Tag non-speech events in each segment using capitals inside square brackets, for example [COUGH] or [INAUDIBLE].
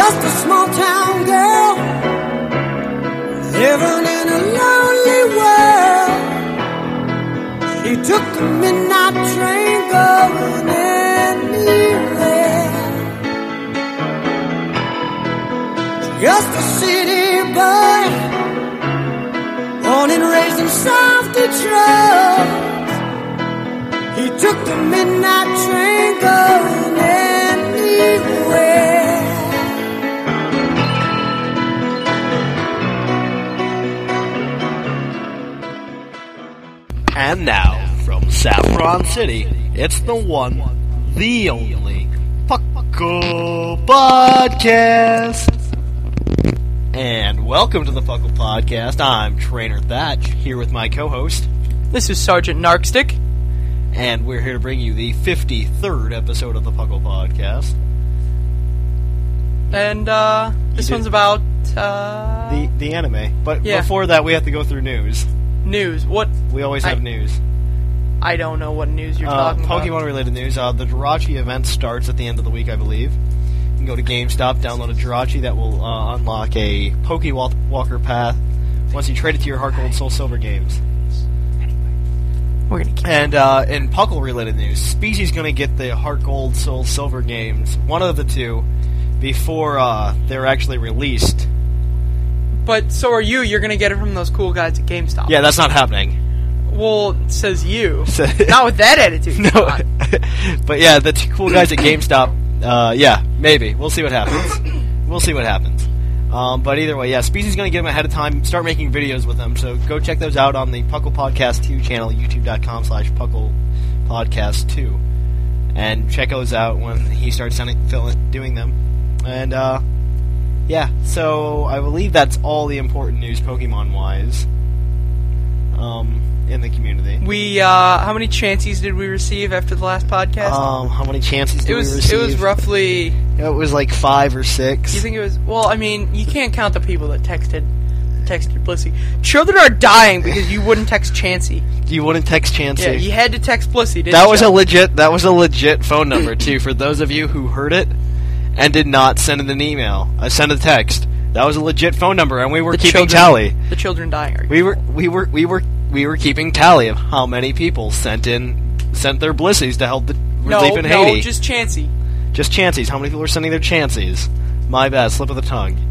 Just a small town girl living in a lonely world. She took the midnight train going anywhere. Just a city boy, born and raised in South Detroit. He took the midnight train going anywhere. And now, from Saffron City, it's the one, the only Puckle Podcast. And welcome to the Puckle Podcast. I'm Trainer Thatch, here with my co host, This is Sergeant Narkstick. and we're here to bring you the 53rd episode of the Puckle Podcast. And uh, this did- one's about uh, The, the anime. But Yeah. before that, we have to go through news. news. What? We always have I- news. I don't know what news you're Uh, talking Pokemon about. related news. Uh, the Jirachi event starts at the end of the week, I believe. You can go to GameStop, download a Jirachi that will uh, unlock a Poke Wa- Walker path once you trade it to your Heart Gold Soul Silver games. We're gonna keep. And uh, in Puckle related news, Species going to get the Heart Gold Soul Silver games, one of the two, before uh, they're actually released. But so are you. You're gonna get it from those cool guys at GameStop. Yeah, that's not happening. Well, says [LAUGHS] you. So- Not with that attitude. Come [LAUGHS] No, on. but yeah, the two cool guys at GameStop. Uh, yeah, maybe we'll see what [COUGHS] happens. we'll see what happens. Um, but either way, yeah, Species going to get them ahead of time. Start making videos with them, so go check those out on the Puckle Podcast Two channel, YouTube.com slash Puckle Podcast Two, and check those out when he starts sending, filling, doing them. And uh, yeah, so I believe that's all the important news Pokemon wise um, in the community. We uh, how many chances did we receive after the last podcast? Um, how many chances did it was we receive? it was roughly. Do It was like five or six. you think it was? Well, I mean, you can't count the people that texted. Texted Blissey. Children are dying because you wouldn't text Chancy. you wouldn't text Chansey. Yeah, you had to text Blissey. Didn't that was a you? legit. That was a legit phone number too. For those of you who heard it and did not send in an email, uh, send a text. That was a legit phone number, and we were The keeping children- tally. The children dying. Are We were, we were, we were, we were keeping tally of how many people sent in, sent their blissies to help the no, relief in Haiti. no, just Chansey. Just chances. How many people are sending their chances? My bad, slip of the tongue.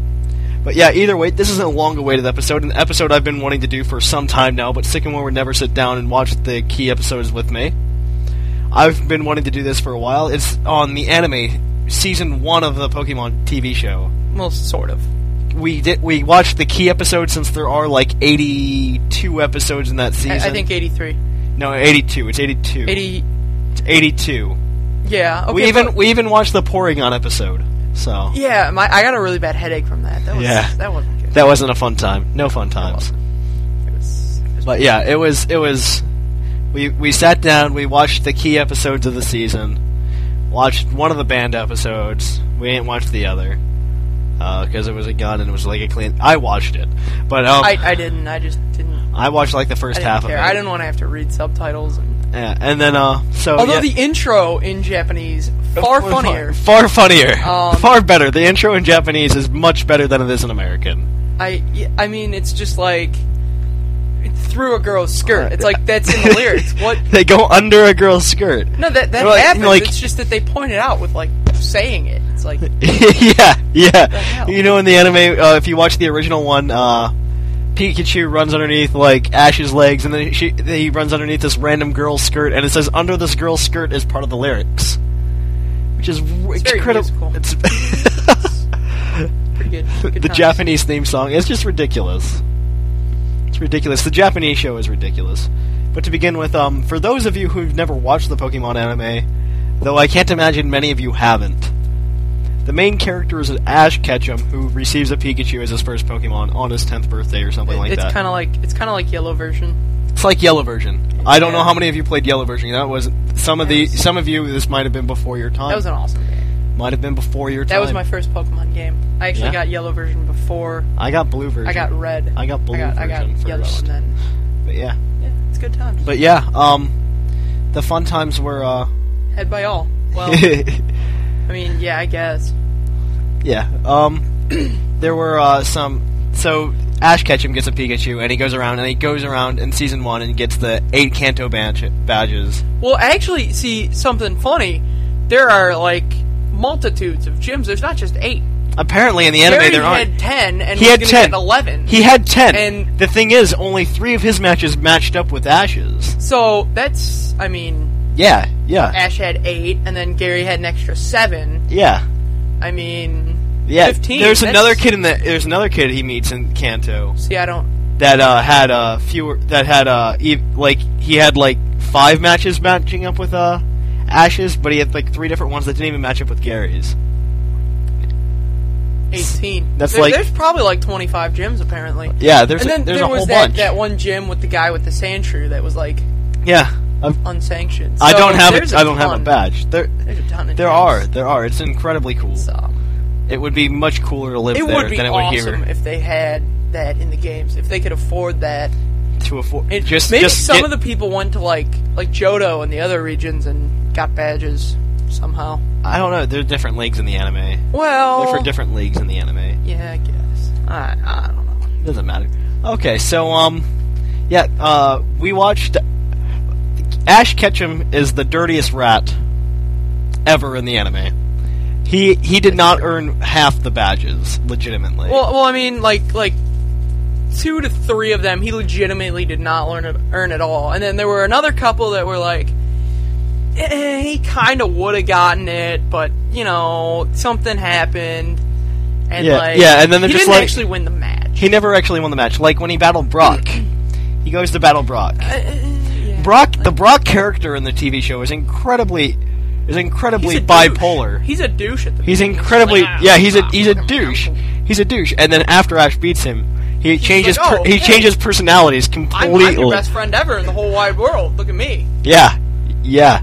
But yeah, either way, this is a long-awaited episode, an episode I've been wanting to do for some time now, but Sycamore would never sit down and watch the key episodes with me. I've been wanting to do this for a while. It's on the anime season one of the Pokemon TV show. Well, sort of. We did. We watched the key episodes since there are like eighty-two episodes in that I, season. I think 83. no, eighty-two. It's eighty-two. 80. It's eighty-two. Yeah. Okay, we even but- we even watched the Porygon episode. So yeah, my, I got a really bad headache from that. That was, Yeah. That wasn't good. That wasn't a fun time. No fun times. It was, it was- But yeah, it was. It was. We we sat down. We watched the key episodes of the season. Watched one of the band episodes. We didn't watch the other because it was a gun and it was like a clean. I watched it, but um, I, I, I didn't. I just didn't. watched like the I first didn't half care. of it. I didn't want to have to read subtitles. And, Yeah, and then uh, so although yeah, the intro in Japanese far was funnier. far, far funnier, Um, far better. The intro in Japanese is much better than it is in American. I yeah, I mean, it's just like through a girl's skirt. Uh, It's like that's in the [LAUGHS] lyrics. What? They go under a girl's skirt. No, that that You're like- happens. like- it's just that they point it out with like saying it. It's [LAUGHS] like yeah, yeah. hell? You know, in the anime, uh, if you watch the original one, uh, Pikachu runs underneath like Ash's legs, and then she then he runs underneath this random girl's skirt, and it says "under this girl's skirt" is part of the lyrics, which which is it's very musical. incredible. It's Pretty good. [LAUGHS] good the times. Japanese theme song is just ridiculous. It's ridiculous. The Japanese show is ridiculous. But to begin with, um, for those of you who've never watched the Pokemon anime, though I can't imagine many of you haven't, the main character is Ash Ketchum, who receives a Pikachu as his first Pokemon on his 10th birthday or something like it's that. kind of like it's kind of like yellow version. It's like Yellow version. I don't know how many of you played Yellow version. That was some of the some of you. This might have been before your time. That was an awesome game. might have been before your time. That was my first Pokemon game. I actually Yeah? got yellow version before I got blue version. I got red. I got blue I got, I got version yellow first. and then But yeah, yeah, it's good times. but yeah. Um, the fun times were. Uh, Head by all. [LAUGHS] Well, I mean, yeah, I guess. yeah. Um, [CLEARS THROAT] there were uh, some. So Ash Ketchum gets a Pikachu, and he goes around and he goes around in season one and gets the eight Kanto badge- badges. Well, actually, see something funny. There are like multitudes of gyms. There's not just eight. Apparently, in the anime, Barry there aren't. had ten, and he was had gonna ten. get eleven. He had ten. And- the thing is, only three of his matches matched up with Ash's. so that's, I mean, Yeah, yeah, Ash had eight, and then Gary had an extra seven. yeah, I mean, yeah. fifteen. there's that's- another kid in the. There's another kid he meets in Kanto See, I don't. that uh, had uh, fewer. That had uh, e- like he had like five matches matching up with uh, Ash's, but he had like three different ones that didn't even match up with Gary's. Eighteen. That's There- like- there's probably like twenty-five gyms apparently. Yeah, there's and a, then there's there a was whole that, bunch. that one gym with the guy with the sand shrew that was like yeah, I've, unsanctioned. I Um, So don't have there's a, I don't have a ton. badge. There There's a ton of there gyms. are there are. It's incredibly cool. So, It would be much cooler to live it there would be than it would awesome here if they had that in the games. If they could afford that, to afford. it, just maybe just some get- of the people went to like like Johto and the other regions and got badges somehow. I don't know. They're different leagues in the anime. Well, They're for different leagues in the anime. yeah, I guess. I, I don't know. Doesn't matter. Okay, so um, yeah, uh, we watched. Ash Ketchum is the dirtiest rat ever in the anime. He he did not earn half the badges legitimately. Well, well, I mean, like like two to three of them, he legitimately did not learn it, earn at all. And then there were another couple that were like, eh, he kind of would have gotten it, but you know something happened, and Yeah, like yeah, and then they're he just didn't like- actually win the match. he never actually won the match. Like when he battled [CLEARS THROAT] Brock, he goes to battle Brock. Uh, Brock, the Brock character in the TV show is incredibly is incredibly He's a bipolar. douche. He's a douche at the. He's beginning. incredibly like, yeah. He's a he's a douche. He's a douche. And then after Ash beats him, he changes like, per- "Oh, he hey, changes personalities I'm, I'm completely. your best friend ever in the whole wide world. Look at me. Yeah, yeah.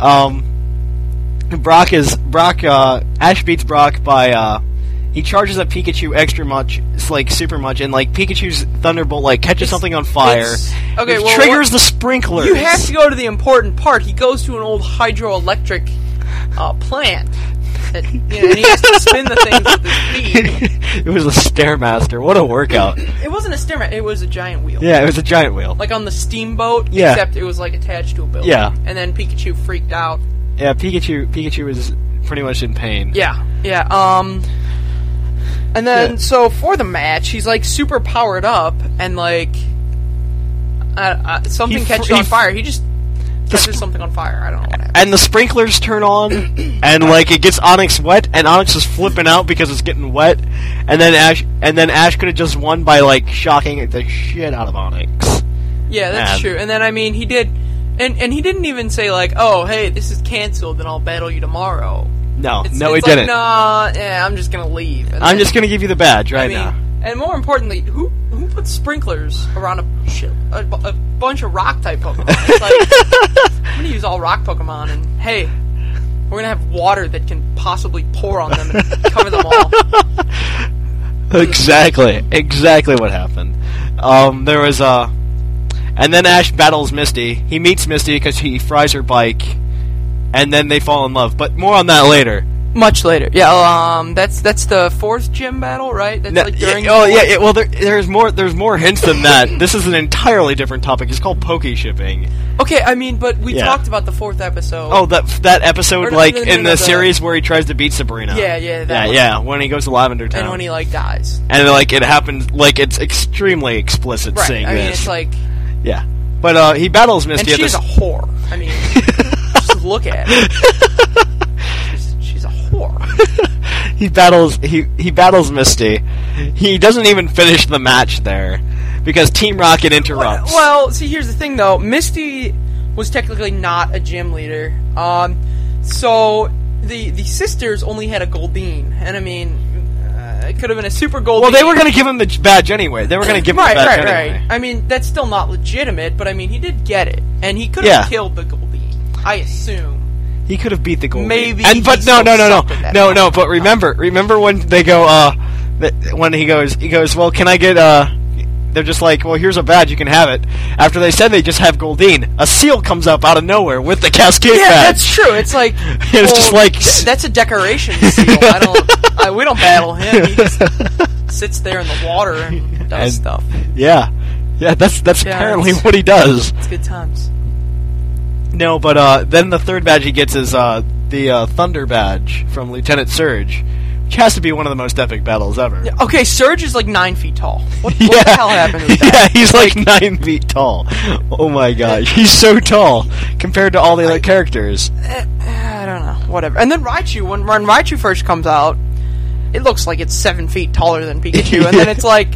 Um, Brock is Brock. Uh, Ash beats Brock by uh, he charges up Pikachu extra much, it's like super much, and like Pikachu's Thunderbolt like catches something on fire. it's- okay, which well, triggers what- the sprinklers. You have to go to the important part. He goes to an old hydroelectric uh, plant. That, you know, and he has to spin the things with his [LAUGHS] [LAUGHS] feet. it was a stairmaster. What a [LAUGHS] workout! It wasn't a stemmer. It was a giant wheel. yeah, it was a giant wheel. Like on the steamboat, Yeah. except it was like attached to a building. Yeah. And then Pikachu freaked out. yeah, Pikachu. Pikachu is pretty much in pain. Yeah. Yeah. Um. And then Yeah. so for the match, he's like super powered up and like uh, uh, something He fr- catches he on f- fire. He just catches sp- something on fire. I don't know what happened. and the sprinklers turn on, and like it gets Onyx wet, and Onyx is flipping out because it's getting wet, and then Ash, and then Ash could have just won by like shocking the shit out of Onyx. Yeah, that's Man. true. And then I mean, he did, and and he didn't even say like, "Oh, hey, this is canceled, and I'll battle you tomorrow." No, It's, no, it's it like, didn't. Nah, yeah, I'm just gonna leave. And I'm then- just gonna give you the badge right I mean, now. and more importantly, who who puts sprinklers around a shit, a, bu- a bunch of rock type Pokemon? It's like, [LAUGHS] I'm gonna use all rock Pokemon, and hey, we're gonna have water that can possibly pour on them [LAUGHS] and cover them all. Exactly, exactly what happened. Um, there was uh, and then Ash battles Misty. He meets Misty because he fries her bike, and then they fall in love. But more on that later. Much later, yeah. Um, that's that's the fourth gym battle, right? That's No, like yeah, during. oh yeah, yeah, well there, there's more there's more hints than that. [LAUGHS] this is an entirely different topic. It's called poke shipping. Okay, I mean, but we Yeah. talked about the fourth episode. Oh, that that Or episode no, like no, no, in no, the the- series where he tries to beat Sabrina. uh, Yeah, yeah, that yeah, one. yeah. When he goes to Lavender Town, and when he like dies, and like it happens, like it's extremely explicit right? saying I mean, this. it's like, yeah, but uh, he battles and Misty. at [LAUGHS] she's this, a whore. I mean, just look at. Her. he battles he he battles Misty. He doesn't even finish the match there because Team Rocket interrupts. [LAUGHS] Well, see, here's the thing though. Misty was technically not a gym leader. Um, so the the sisters only had a Goldeen, and I mean, uh, it could have been a super Goldeen. Well, they were going to give him the j- badge anyway. They were going to give him right, the badge right, anyway. right. I mean, that's still not legitimate, but I mean, he did get it, and he could have Yeah. killed the Goldeen. I assume. He could have beat the goal. Maybe And but he no, still no, no, sucked at no, no, that no. point. But remember, remember when they go, uh, th- when he goes, he goes, well, can I get, uh, they're just like, well, here's a badge, you can have it. After they said they just have Goldeen, a seal comes up out of nowhere with the cascade Yeah, badge. that's true. [LAUGHS] It's like it's just like- that's [LAUGHS] a decoration seal. I don't. I, we don't battle him. He just sits there in the water and does And- stuff. Yeah, yeah. That's that's Yeah, apparently it's- what he does. It's good times. No, but uh, then the third badge he gets is uh, the uh, Thunder badge from Lieutenant Surge, which has to be one of the most epic battles ever. Yeah. Okay, Surge is like nine feet tall. What, what the hell happened [LAUGHS] with Yeah, that? he's like nine feet tall. Oh my [LAUGHS] gosh, he's so tall compared to all the other characters. Eh, I don't know. Whatever. And then Raichu, when, when Raichu first comes out, it looks like it's seven feet taller than [LAUGHS] Pikachu, and then it's like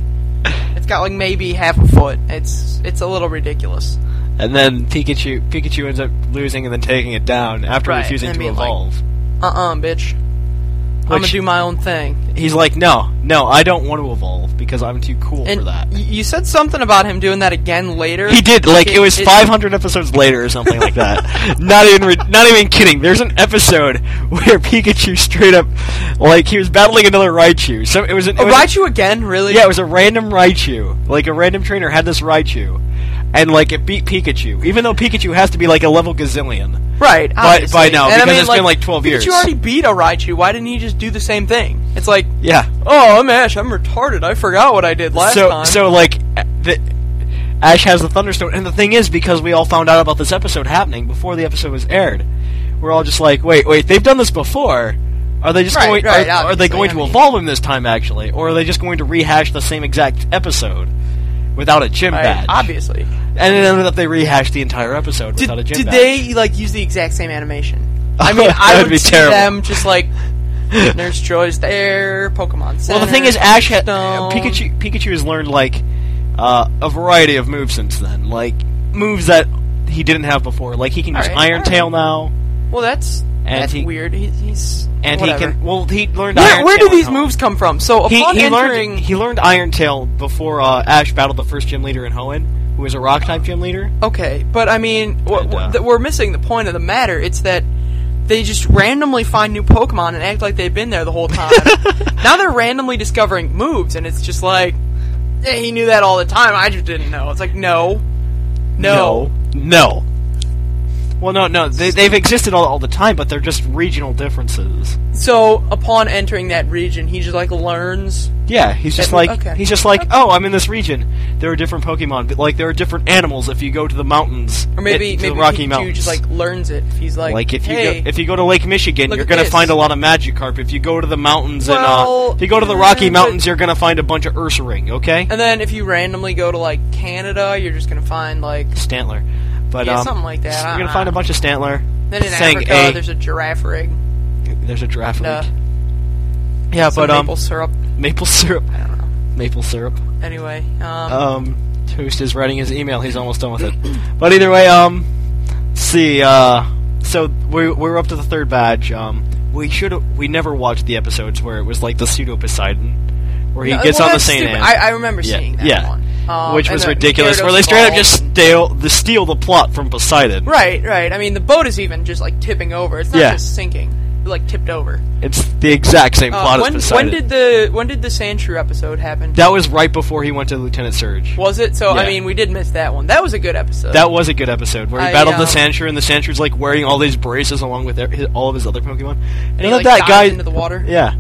it's got like maybe half a foot. It's it's a little ridiculous. And then Pikachu, Pikachu ends up losing and then taking it down after Right, refusing and to being like- evolve. Uh uh bitch. I'm gonna Which- do my own thing. he's like, no, no, I don't want to evolve because I'm too cool And for that. y- you said something about him doing that again later. He did like it was it- 500 episodes later or something like [LAUGHS] that. not even re- not even kidding. There's an episode [LAUGHS] where Pikachu straight up like he was battling another Raichu. So it was an it Oh, was- Raichu again, really? Yeah, it was a random Raichu. Like a random trainer had this Raichu, and like it beat Pikachu, even though Pikachu has to be like a level gazillion. Right. By- obviously. by now, And I because mean, it's been, like, 12 Pikachu years. already beat a Raichu. Why didn't he just do the same thing? It's like, Yeah. oh, I'm Ash. I'm retarded. I forgot what I did last so time. so like a- the, Ash has the Thunderstone, and the thing is because we all found out about this episode happening before the episode was aired, we're all just like, wait, wait, they've done this before. Are they just Right, going? right, are, are obviously, they going I to mean- evolve him this time actually, or are they just going to rehash the same exact episode without a gym Right, badge? obviously. And it ended up they rehashed the entire episode Did, without a gym did badge. they like use the exact same animation? [LAUGHS] I mean, That I would would be see terrible. them [LAUGHS] just like Nurse Joy's there, Pokemon. Center, Well, the thing is, Ash ha- Stone. Pikachu. Pikachu has learned like uh, a variety of moves since then, like moves that he didn't have before. Like he can use Alright, Iron alright. Tail now, Well, that's that's he- weird. He, he's and he whatever. can. Well, he learned. Where, Iron where Tail do these at home. moves come from? So upon He, he entering, learned. He learned Iron Tail before uh, Ash battled the first gym leader in Hoenn, who was a Rock type gym leader. Okay, but I mean, wh- And, uh, wh- th- we're missing the point of the matter. It's that they just randomly find new Pokemon and act like they've been there the [LAUGHS] whole time. now they're randomly discovering moves, and it's just like, "Eh, he knew that all the time. I just didn't know. It's like, no, no, no. Well, no, no. They, they've existed all, all the time, but they're just regional differences. So upon entering that region, he just like learns. Yeah, he's just That- like okay. he's just like, oh, I'm in this region. There are different Pokemon, but like there are different animals if you go to the mountains, Or maybe eh, to maybe the Rocky Pikachu Mountains. just like learns it. He's like, Like, if you hey, go, if you go to Lake Michigan, look you're at gonna this. find a lot of Magikarp. If you go to the mountains and Well, uh, if you go to the yeah, Rocky but- Uh, Mountains, you're gonna find a bunch of Ursaring. Okay, and then if you randomly go to like Canada, you're just gonna find like Stantler, but Yeah, um, something like that, You're gonna uh-uh. find a bunch of Stantler. then in saying Africa a, there's a giraffe rig, there's a giraffe. uh, leak. yeah, some but um, maple syrup. maple syrup. Maple syrup. Anyway, um, um, Toast is writing his email. He's almost done with it. But either way, um, let's see, uh, so we we're up to the third badge. Um, we should we never watched the episodes where it was like the pseudo Poseidon, where he No, gets uh, well, on the that's Saint stupid. Anne. I, I remember yeah, seeing that yeah. one, Um, which and was the- ridiculous. Gyarados Where they straight up balls. just steal the steal the plot from Poseidon. right, right. I mean, the boat is even just like tipping over. It's not Yeah. just sinking; It, like tipped over. It's the exact same Uh, plot when, as when Poseidon. did the when did the Sandshrew episode happen? that was right before he went to Lieutenant Surge. was it? So I Yeah. mean, we did miss that one. That was a good episode. That was a good episode where he I, battled the um, Sandshrew, and the Sandshrew's like wearing all these braces along with their, his, all of his other Pokemon. And he, you know like, that dives guy into the water? Yeah,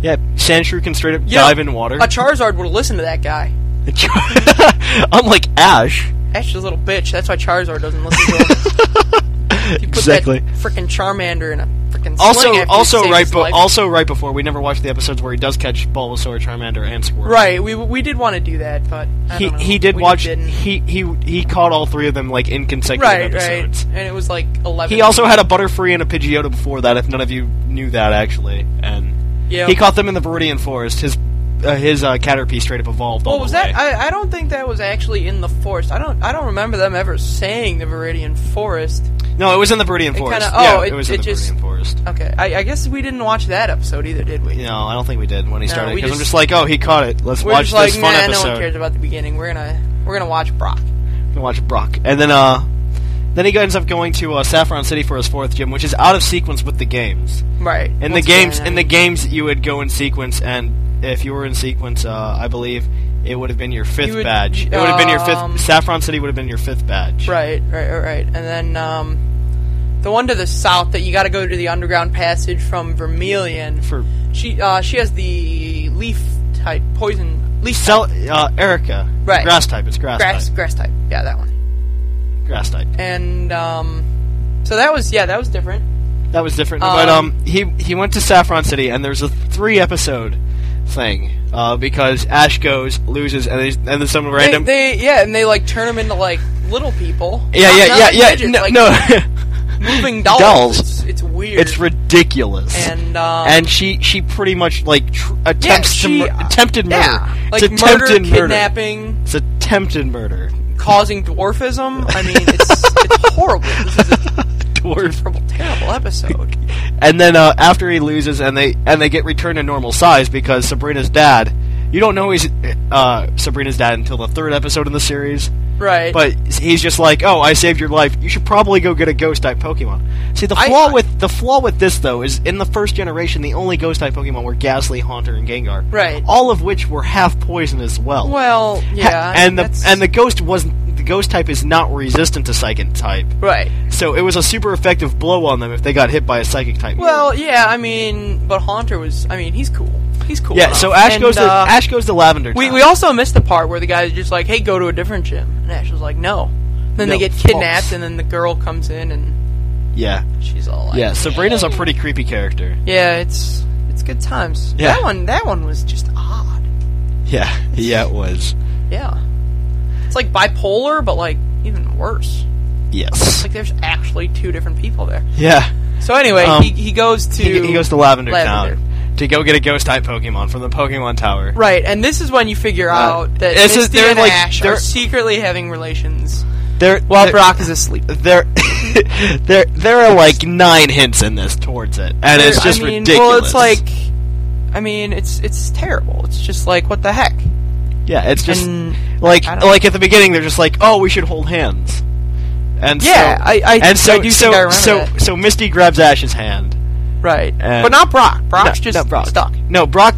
yeah. Sandshrew can straight up You know, dive in water. A Uh, Charizard would have listened to that guy. [LAUGHS] Unlike Ash, Ash is a [LAUGHS] little bitch. That's why Charizard doesn't listen to him. If you put Exactly. That freaking Charmander in a freaking fucking Also, sling after he also saved right, his but life. also right before we never watched the episodes where he does catch Bulbasaur, Charmander, and Squirtle. right. We we did want to do that, but I He don't know. he did We watch. didn't. He he he caught all three of them like in consecutive right, episodes. right, and it was like eleven. He also had a Butterfree and a Pidgeotto before that. If none of you knew that, actually, and Yeah. he caught them in the Viridian Forest. His uh, his uh, Caterpie straight up evolved. all Well, the Oh, was way. that? I, I don't think that was actually in the forest. I don't I don't remember them ever saying the Viridian Forest. No, it was in the Viridian Forest. kinda- oh, yeah, it- it was in it the just- Viridian Forest. Okay, I, I guess we didn't watch that episode either, did we? No, I don't think we did when he No, started. we Because I'm just- just like, oh, he caught it. Let's We're watch just like, this fun nah, episode. no one cares about the beginning. We're gonna we're gonna watch Brock. and watch Brock. And then uh then he ends up going to uh, Saffron City for his fourth gym, which is out of sequence with the games. Right. In the What's games going in on? the games you would go in sequence and if you were in sequence, uh, I believe it would have been your fifth You would- badge. It would have been your um, fifth Saffron City would have been your fifth badge. Right, right, right, right. And then um, the one to the south that you got to go to the underground passage from Vermilion. For she uh, she has the leaf type poison leaf Cel- type, uh, Erica. Right. Grass type, it's grass, grass type. grass type. Yeah, that one. grass type. And um, so that was yeah that was different. That was different. but Um, um, he he went to Saffron City, and there's a three episode thing uh, because Ash goes, loses, and, they, and then some They- random. They, yeah, and they like turn them into like little people. yeah, Not- not yeah, like yeah, yeah. midgets, No, like, no. moving dolls. Dolls. It's, it's [LAUGHS] weird. it's ridiculous. And, um, and she she pretty much like tr- attempts she- uh, to mur- attempted murder. yeah, like it's murder, attempted murder. kidnapping, It's attempted murder. [LAUGHS] causing dwarfism. I mean, it's it's horrible. This is a Dwarf. terrible, terrible episode. And then uh, after he loses, and they and they get returned to normal size because Sabrina's dad. You don't know he's uh, Sabrina's dad until the third episode in the series, Right. but he's just like, "Oh, I saved your life. You should probably go get a ghost type Pokemon." See, the I- flaw with the flaw with this though is in the first generation, the only ghost type Pokemon were Ghastly, Haunter, and Gengar, Right. All of which were half poison as well. well, Ha- yeah, and the that's- and the ghost wasn't the ghost type is not resistant to psychic type, right. so it was a super effective blow on them if they got hit by a psychic type. Well, yeah, I mean, but Haunter was. I mean, he's cool. He's cool. Yeah, enough. so Ash And, goes to uh, Ash goes to Lavender. We, Town. we also missed the part where the guy's just like, hey, go to a different gym. And Ash was like, no. Then they No, get kidnapped, false. and then the girl comes in, and yeah she's all like, yeah. Sabrina's a pretty creepy character. Yeah, it's it's good times. Yeah. That one that one was just odd. Yeah, yeah, it was. Yeah. It's like bipolar, but like even worse. It's Yes. like there's actually two different people there. Yeah. So anyway, Um, he, he goes to He, he goes to Lavender, Lavender. Town to go get a ghost type Pokemon from the Pokemon Tower. Right, and this is when you figure out that Uh, this Misty is- they're and like- Ash are they're- secretly having relations There, while there, Brock is asleep. There, [LAUGHS] there, there are like nine hints in this towards it, and it's just I mean, ridiculous. Well, it's like, I mean, it's it's terrible. It's just like, what the heck? yeah, it's just and- like I don't- like at the beginning they're just like, oh, we should hold hands, and Yeah, so, I- I- and so I do so think I remember so that. so Misty grabs Ash's hand. Right, Uh, but not Brock. Brock's No, just no, Brock. stuck. No, Brock.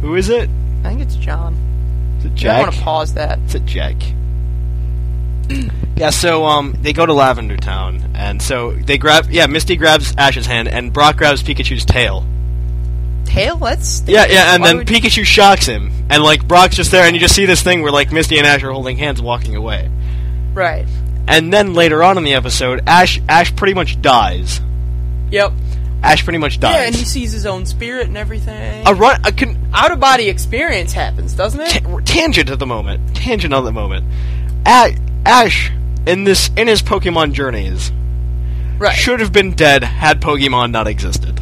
Who is it? I think it's John. Is it You don't want Jack? to pause that. It's a Jack. yeah, so um, they go to Lavender Town, and so they grab. Yeah, Misty grabs Ash's hand, and Brock grabs Pikachu's tail. Tail, that's Yeah, yeah, and Why then would- Pikachu shocks him, and like Brock's just there, and you just see this thing where like Misty and Ash are holding hands, walking away, right. and then later on in the episode, Ash Ash pretty much dies. Yep. Ash pretty much dies. Yeah, and he sees his own spirit and everything. a run a con- Out of body experience happens, doesn't it? ta- tangent at the moment. Tangent on the moment. A- Ash in this in his Pokemon journeys Right. should have been dead had Pokemon not existed.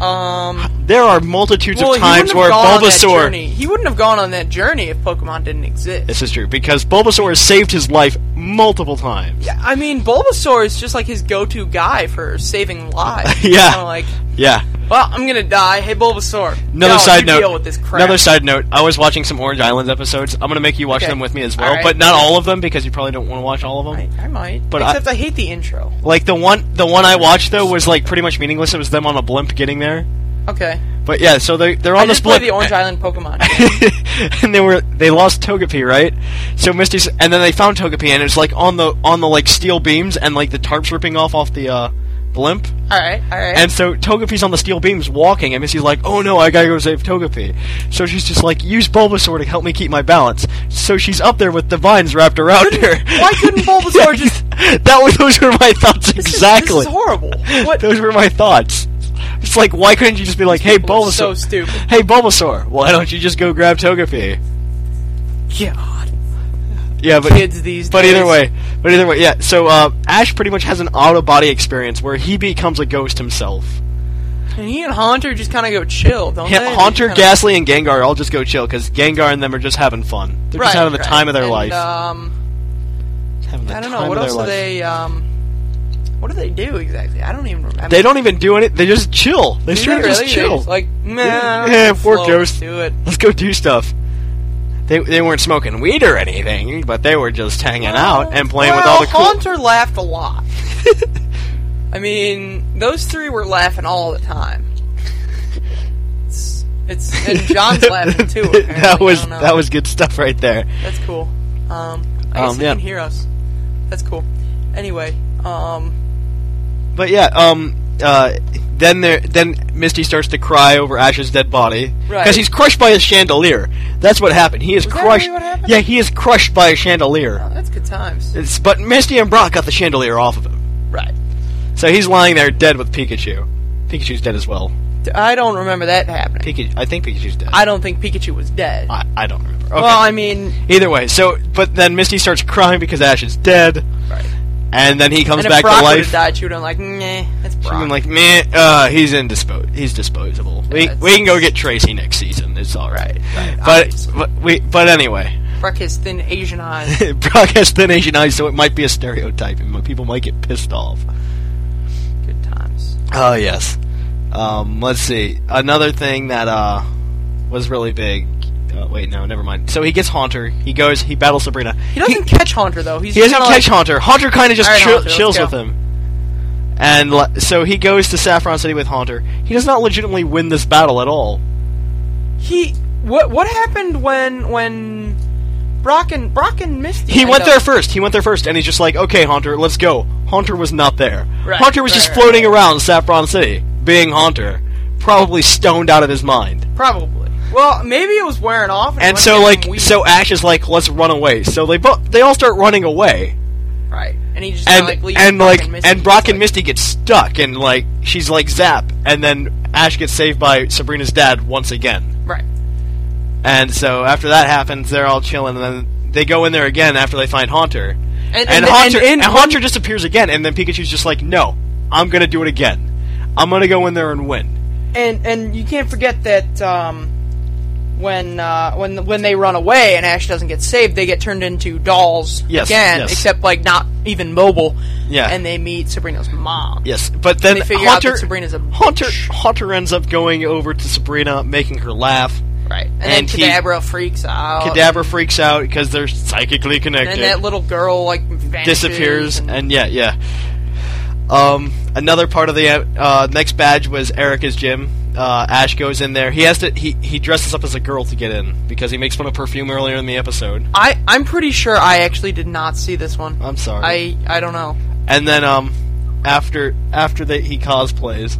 Um. There are multitudes Well, of he wouldn't times have where gone on that Bulbasaur. journey. He wouldn't have gone on that journey if Pokemon didn't exist. This is true because Bulbasaur has saved his life multiple times. Yeah, I mean, Bulbasaur is just like his go-to guy for saving lives. [LAUGHS] Yeah. Kinda Oh, like, Yeah. well, I'm gonna die. Hey, Bulbasaur. Another no, side you note. Deal with this crap. Another side note. I was watching some Orange Island episodes. I'm gonna make you watch Okay. them with me as well, Alright. but not all of them because you probably don't want to watch all of them. I, I might. But I- Except I, hate the intro. Like the one, the one I watched though was like pretty much meaningless. It was them on a blimp getting there. Okay. But yeah, so they they're on I this just play blimp. the Orange Island [LAUGHS] Pokemon. and they were they lost Togepi, right? So Misty's and then they found Togepi and it's like on the on the like steel beams and like the tarps ripping off off the uh, blimp. all right. All right. And so Togepi's on the steel beams walking and Misty's like, "Oh no, I got to go save Togepi." So she's just like, "Use Bulbasaur to help me keep my balance." So she's up there with the vines wrapped around her. [LAUGHS] Why couldn't Bulbasaur just that was those were my thoughts This is- exactly. this is horrible. What? Those were my thoughts. It's like, why couldn't you just be like, "Hey, people are Bulbasaur"? so stupid. Hey, Bulbasaur, why don't you just go grab Togepi? God, Yeah, but kids these But days. either way, but either way, yeah. So uh, Ash pretty much has an auto body experience where he becomes a ghost himself. And he and Haunter just kind of go chill, don't Ha- they? They Haunter, kinda- Ghastly, and Gengar all just go chill because Gengar and them are just having fun. They're right, just having the right. time of their And, life. Um, Having the I don't time know of what their else do life. they. Um, what do they do exactly? I don't even remember. They don't even do anything. They just chill. They Do straight they up just really? They chill. [LAUGHS] like, man, Yeah, poor ghost. Do it. [LAUGHS] Let's go do stuff. They, they weren't smoking weed or anything, but they were just hanging out and playing with Well, all the cool. Haunter laughed a lot. [LAUGHS] I mean, those three were laughing all the time. It's, [LAUGHS] it's and John's laughing too. apparently. [LAUGHS] I that was don't know. that was good stuff right there. that's cool. Um, I guess Um, he yeah. can hear us. That's cool. Anyway, um, But yeah, um, uh, then there, then Misty starts to cry over Ash's dead body Right. because he's crushed by his chandelier. That's what happened. He is Was that crushed. really what happened? Yeah, he is crushed by a chandelier. that's good times. It's, but Misty and Brock got the chandelier off of him, Right. so he's lying there dead with Pikachu. Pikachu's dead as well. I don't remember that happening. Pikachu, I think Pikachu's dead. I don't think Pikachu was dead. I, I don't remember. Uh, Okay. Well, I mean, Either way, so but then Misty starts crying because Ash is dead, right. and then he comes And if back Brock to would life. have died, she would have been like, nah, that's Brock. I'm like, man, uh, he's indispo- he's disposable. We, it's- we can go get Tracy next season. It's all right. Right, but, obviously. but we but anyway, [LAUGHS] Brock has thin Asian eyes. Brock has thin Asian eyes, so it might be a stereotype, and people might get pissed off. Good times. Oh yes. Um, let's see. Another thing that uh, was really big. Uh, wait, no, never mind. So he gets Haunter. He goes. He battles Sabrina. He doesn't catch Haunter though. He's He doesn't kinda catch like, Haunter. Haunter kind of just All right, chill- Haunter, let's chills go. with him. And le- so he goes to Saffron City with Haunter. He does not legitimately win this battle at all. He what what happened when when Brock and Brock and Misty He end went up- there first. He went there first, and he's just like, "Okay, Haunter, let's go." Haunter was not there. Right, Haunter was right, just right, floating around Saffron City, being Haunter, probably stoned out of his mind. probably. Well, maybe it was wearing off. he And went so, to like, some weed. so Ash is like, "Let's run away." So they bo- they all start running away, right, and he just kinda, and like leaves and Brock like and, Misty. and Brock He's and Misty get stuck, and like she's like zap, and then Ash gets saved by Sabrina's dad once again. like, right. And so after that happens, they're all chilling, and then they go in there again after they find Haunter. And- and and- Haunter, and in- and Haunter just appears again, and then Pikachu's just like, "No, I'm gonna do it again. I'm gonna go in there and win." And and you can't forget that um, when uh, when when they run away and Ash doesn't get saved, they get turned into dolls Yes, again, yes. except like not even mobile. Yeah. and they meet Sabrina's mom. Yes, but then they figure out Haunter, that Sabrina's a Haunter, bitch. Haunter ends up going over to Sabrina, making her laugh. Right. And, And he- then Kadabra freaks out. Kadabra freaks out because they're psychically And connected. then that little girl like vanishes disappears, and, and, yeah, yeah. Um, another part of the uh, next badge was Erica's gym. Uh, Ash goes in there. He has to. He he dresses up as a girl to get in because he makes fun of perfume earlier in the episode. I I'm pretty sure I actually did not see this one. I'm sorry. I I don't know. And then um, after after that he cosplays,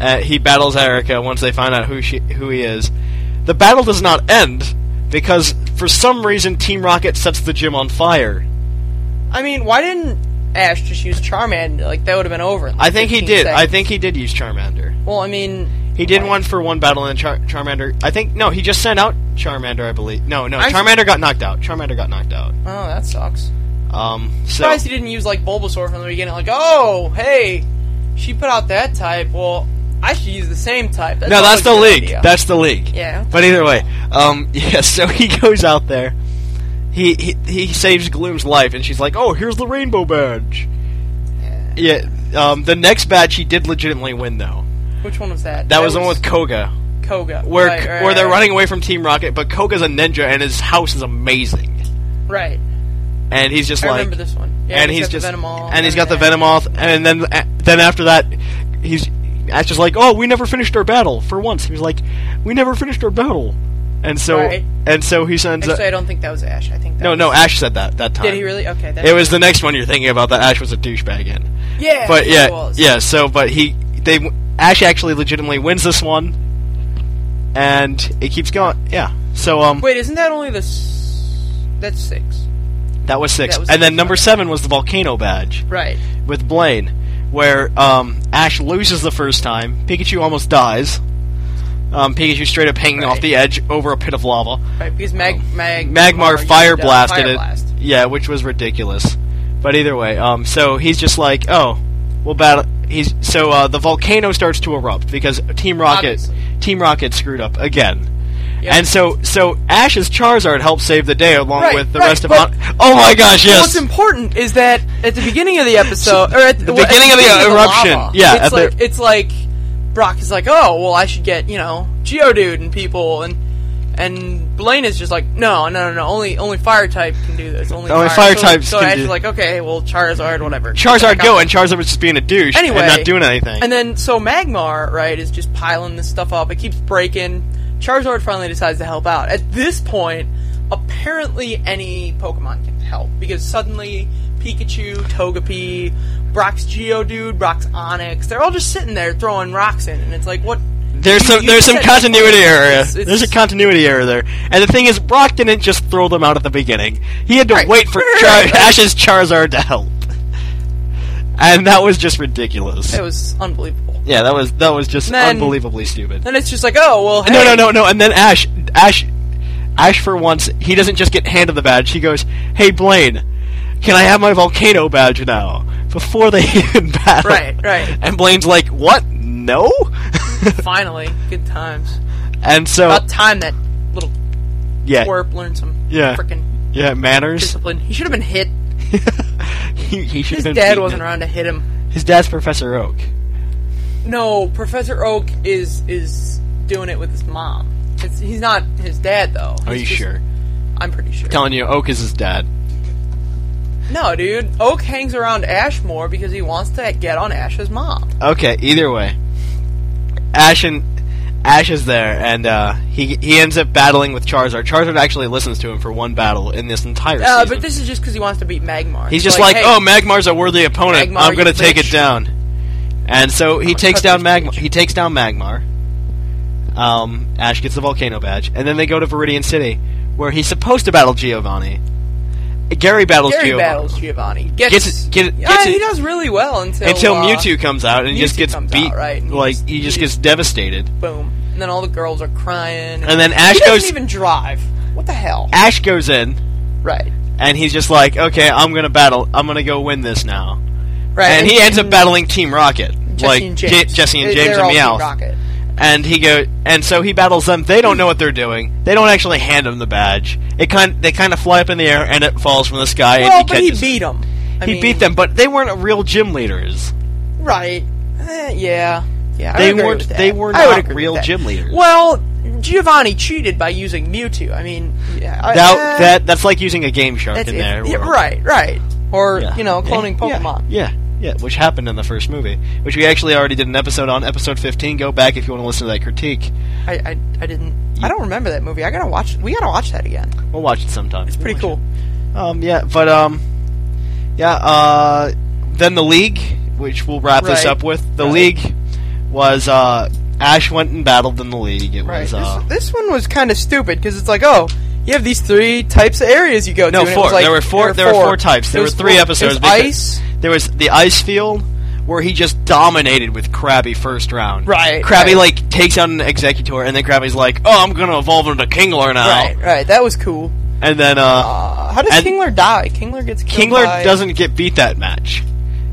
uh, he battles Erica once they find out who she who he is. The battle does not end because for some reason Team Rocket sets the gym on fire. I mean, why didn't Ash just use Charmander? Like that would have been over. in, like, I think he 15 did. I seconds. think he did use Charmander. Well, I mean, He did one for one battle and Char- Charmander. I think no, he just sent out Charmander. I believe no, no. I- Charmander got knocked out. Charmander got knocked out. oh, that sucks. Um, so Surprised he didn't use like Bulbasaur from the beginning. Like, oh, hey, she put out that type. Well, I should use the same type. That's no, that's always the a good league. idea. That's the league. Yeah. But either way, um, [LAUGHS] yeah. So he goes out there. He he, he saves Gloom's life, and she's like, "Oh, here's the rainbow badge." Yeah. Um, the next badge he did legitimately win though. Which one was that? That was the one with Koga, Koga. where right, right, where they're right. running away from Team Rocket, but Koga's a ninja, and his house is amazing. Right. And he's just I like, remember this one. Yeah, and he's he's got just the Venomoth and he's got the and- Venomoth, and then then after that, he's Ash is like, "Oh, we never finished our battle." For once, he was like, "We never finished our battle," and so Right. and so he sends. Actually, I A, don't think that was Ash. I think that no, was, no, Ash said that that time. Did he really? Okay. That It was the next one you're thinking about that Ash was a douchebag in. Yeah. but it yeah, was. yeah. So, but he they Ash actually legitimately wins this one, and it keeps going. Yeah. So um, Wait, isn't that only the? S- that's six. That was six. That was and then six. number seven was the volcano badge Right. with Blaine, where um, Ash loses the first time. Pikachu almost dies. Um, Pikachu straight up hanging off Right. the edge over a pit of lava. Right, because Mag, Mag, Magmar used, fire uh, blasted fire it. blast. Yeah, which was ridiculous. But either way, um, so he's just like, oh, well, battle. He's so uh, the volcano starts to erupt because Team Rocket, Obviously. Team Rocket screwed up again. And so, so Ash's Charizard helped save the day along Right, with the right, rest of. but- Hon- oh my gosh! Yes. What's important is that at the beginning of the episode, or at the, well, at beginning of the eruption, lava, yeah, at it's the- like it's like Brock is like, oh, well, I should get you know Geodude and people, and and Blaine is just like, no, no, no, no, only only fire type can do this, only, Only fire so, types So can Ash do- is like, okay, well, Charizard, whatever. Charizard Back go, off. and Charizard was just being a douche anyway, and not doing anything. And then so Magmar, right, is just piling this stuff up. It keeps breaking. Charizard finally decides to help out. At this point, apparently any Pokemon can help because suddenly Pikachu, Togepi, Brock's Geodude, Brock's Onyx, they're all just sitting there throwing rocks in, and it's like what. there's you- some you there's some said- continuity error. It's- it's- there's a continuity error there. And the thing is, Brock didn't just throw them out at the beginning. He had to [LAUGHS] Right. wait for Char- Ash's Charizard to help, and that was just ridiculous. It was unbelievable. yeah, that was that was just Then- unbelievably stupid. Then it's just like, oh well. No, no, hey, no, no. And then Ash, Ash, Ash for once, he doesn't just get handed the badge. He goes, "Hey Blaine, can I have my volcano badge now?" Before they [LAUGHS] even battle. Right, right. And Blaine's like, "What? No." [LAUGHS] [LAUGHS] Finally, good times. and so, About time that little yeah, twerp learned some Yeah. frickin' yeah, manners. discipline. He should have been hit. he he should His been dad beaten. wasn't around to hit him. His dad's Professor Oak. No, Professor Oak is is doing it with his mom. It's, he's not his dad though. Are He's you just- sure? I'm pretty sure. telling you, Oak is his dad. No, dude. Oak hangs around Ash more because he wants to get on Ash's mom. Uh, Okay, either way, Ash and Ash is there, and uh, he he ends up battling with Charizard. Charizard actually listens to him for one battle in this entire Uh, season. but this is just because he wants to beat Magmar. He's just like, hey, "Oh, Magmar's a worthy opponent. Magmar, I'm gonna you take it bitch." down." And so he takes cut down this Magmar. He takes down Magmar. Um, Ash gets the volcano badge, and then they go to Viridian City, where he's supposed to battle Giovanni. Gary battles Gary Giovanni battles Giovanni. Gets, Gets it- get it- Yeah, gets it- he does really well until until uh, Mewtwo comes out and he just Mewtwo gets comes beat. out, right, and he Like just- he just he gets devastated. boom, and then all the girls are crying. And then Ash he doesn't goes- even drive. What the hell? Ash goes in, right, and he's just like, "Okay, I'm gonna battle. I'm gonna go win this now." right. and he ends up battling Team Rocket, Jesse like and Je- James. Jesse and They- James they're and all Meowth. Team Rocket. and he go and so he battles them. They don't know what they're doing. They don't actually hand him the badge. It kind they kind of fly up in the air and it falls from the sky. Well, and he but he catches it. beat him. he beat them, but they weren't real gym leaders. right? Eh, yeah, yeah. I They would agree weren't- with that. they were I would not agree with real that. gym leaders. Well, Giovanni cheated by using Mewtwo. I mean, yeah, I- That, eh, that that's like using a game shark that's in it. there. Yeah, where- right, right. Or Yeah. you know, cloning Yeah, Pokemon. Yeah, yeah, which happened in the first movie, which we actually already did an episode on, episode fifteen. Go back if you want to listen to that critique. I, I, I didn't. I don't remember that movie. I gotta watch. We gotta watch that again. We'll watch it sometime. It's pretty cool. Um, yeah, but um, yeah. Uh, then the league, which we'll wrap this Right. up with, the Right. league was uh, Ash went and battled in the league. It Right. was uh, this, this one was kind of stupid because it's like, oh, you have these three types of areas you go no to. and it four. was like- there were four. There were four, types. There It were was three four. episodes. It was because ice. There was the ice field. Where he just dominated with Krabby first round. Right, Krabby right. like takes out an Executor, and then Krabby's like, "Oh, I'm gonna evolve into Kingler now." Right, right. That was cool. And then uh, Uh, how does And- Kingler die? Kingler gets killed Kingler by- doesn't get beat that match.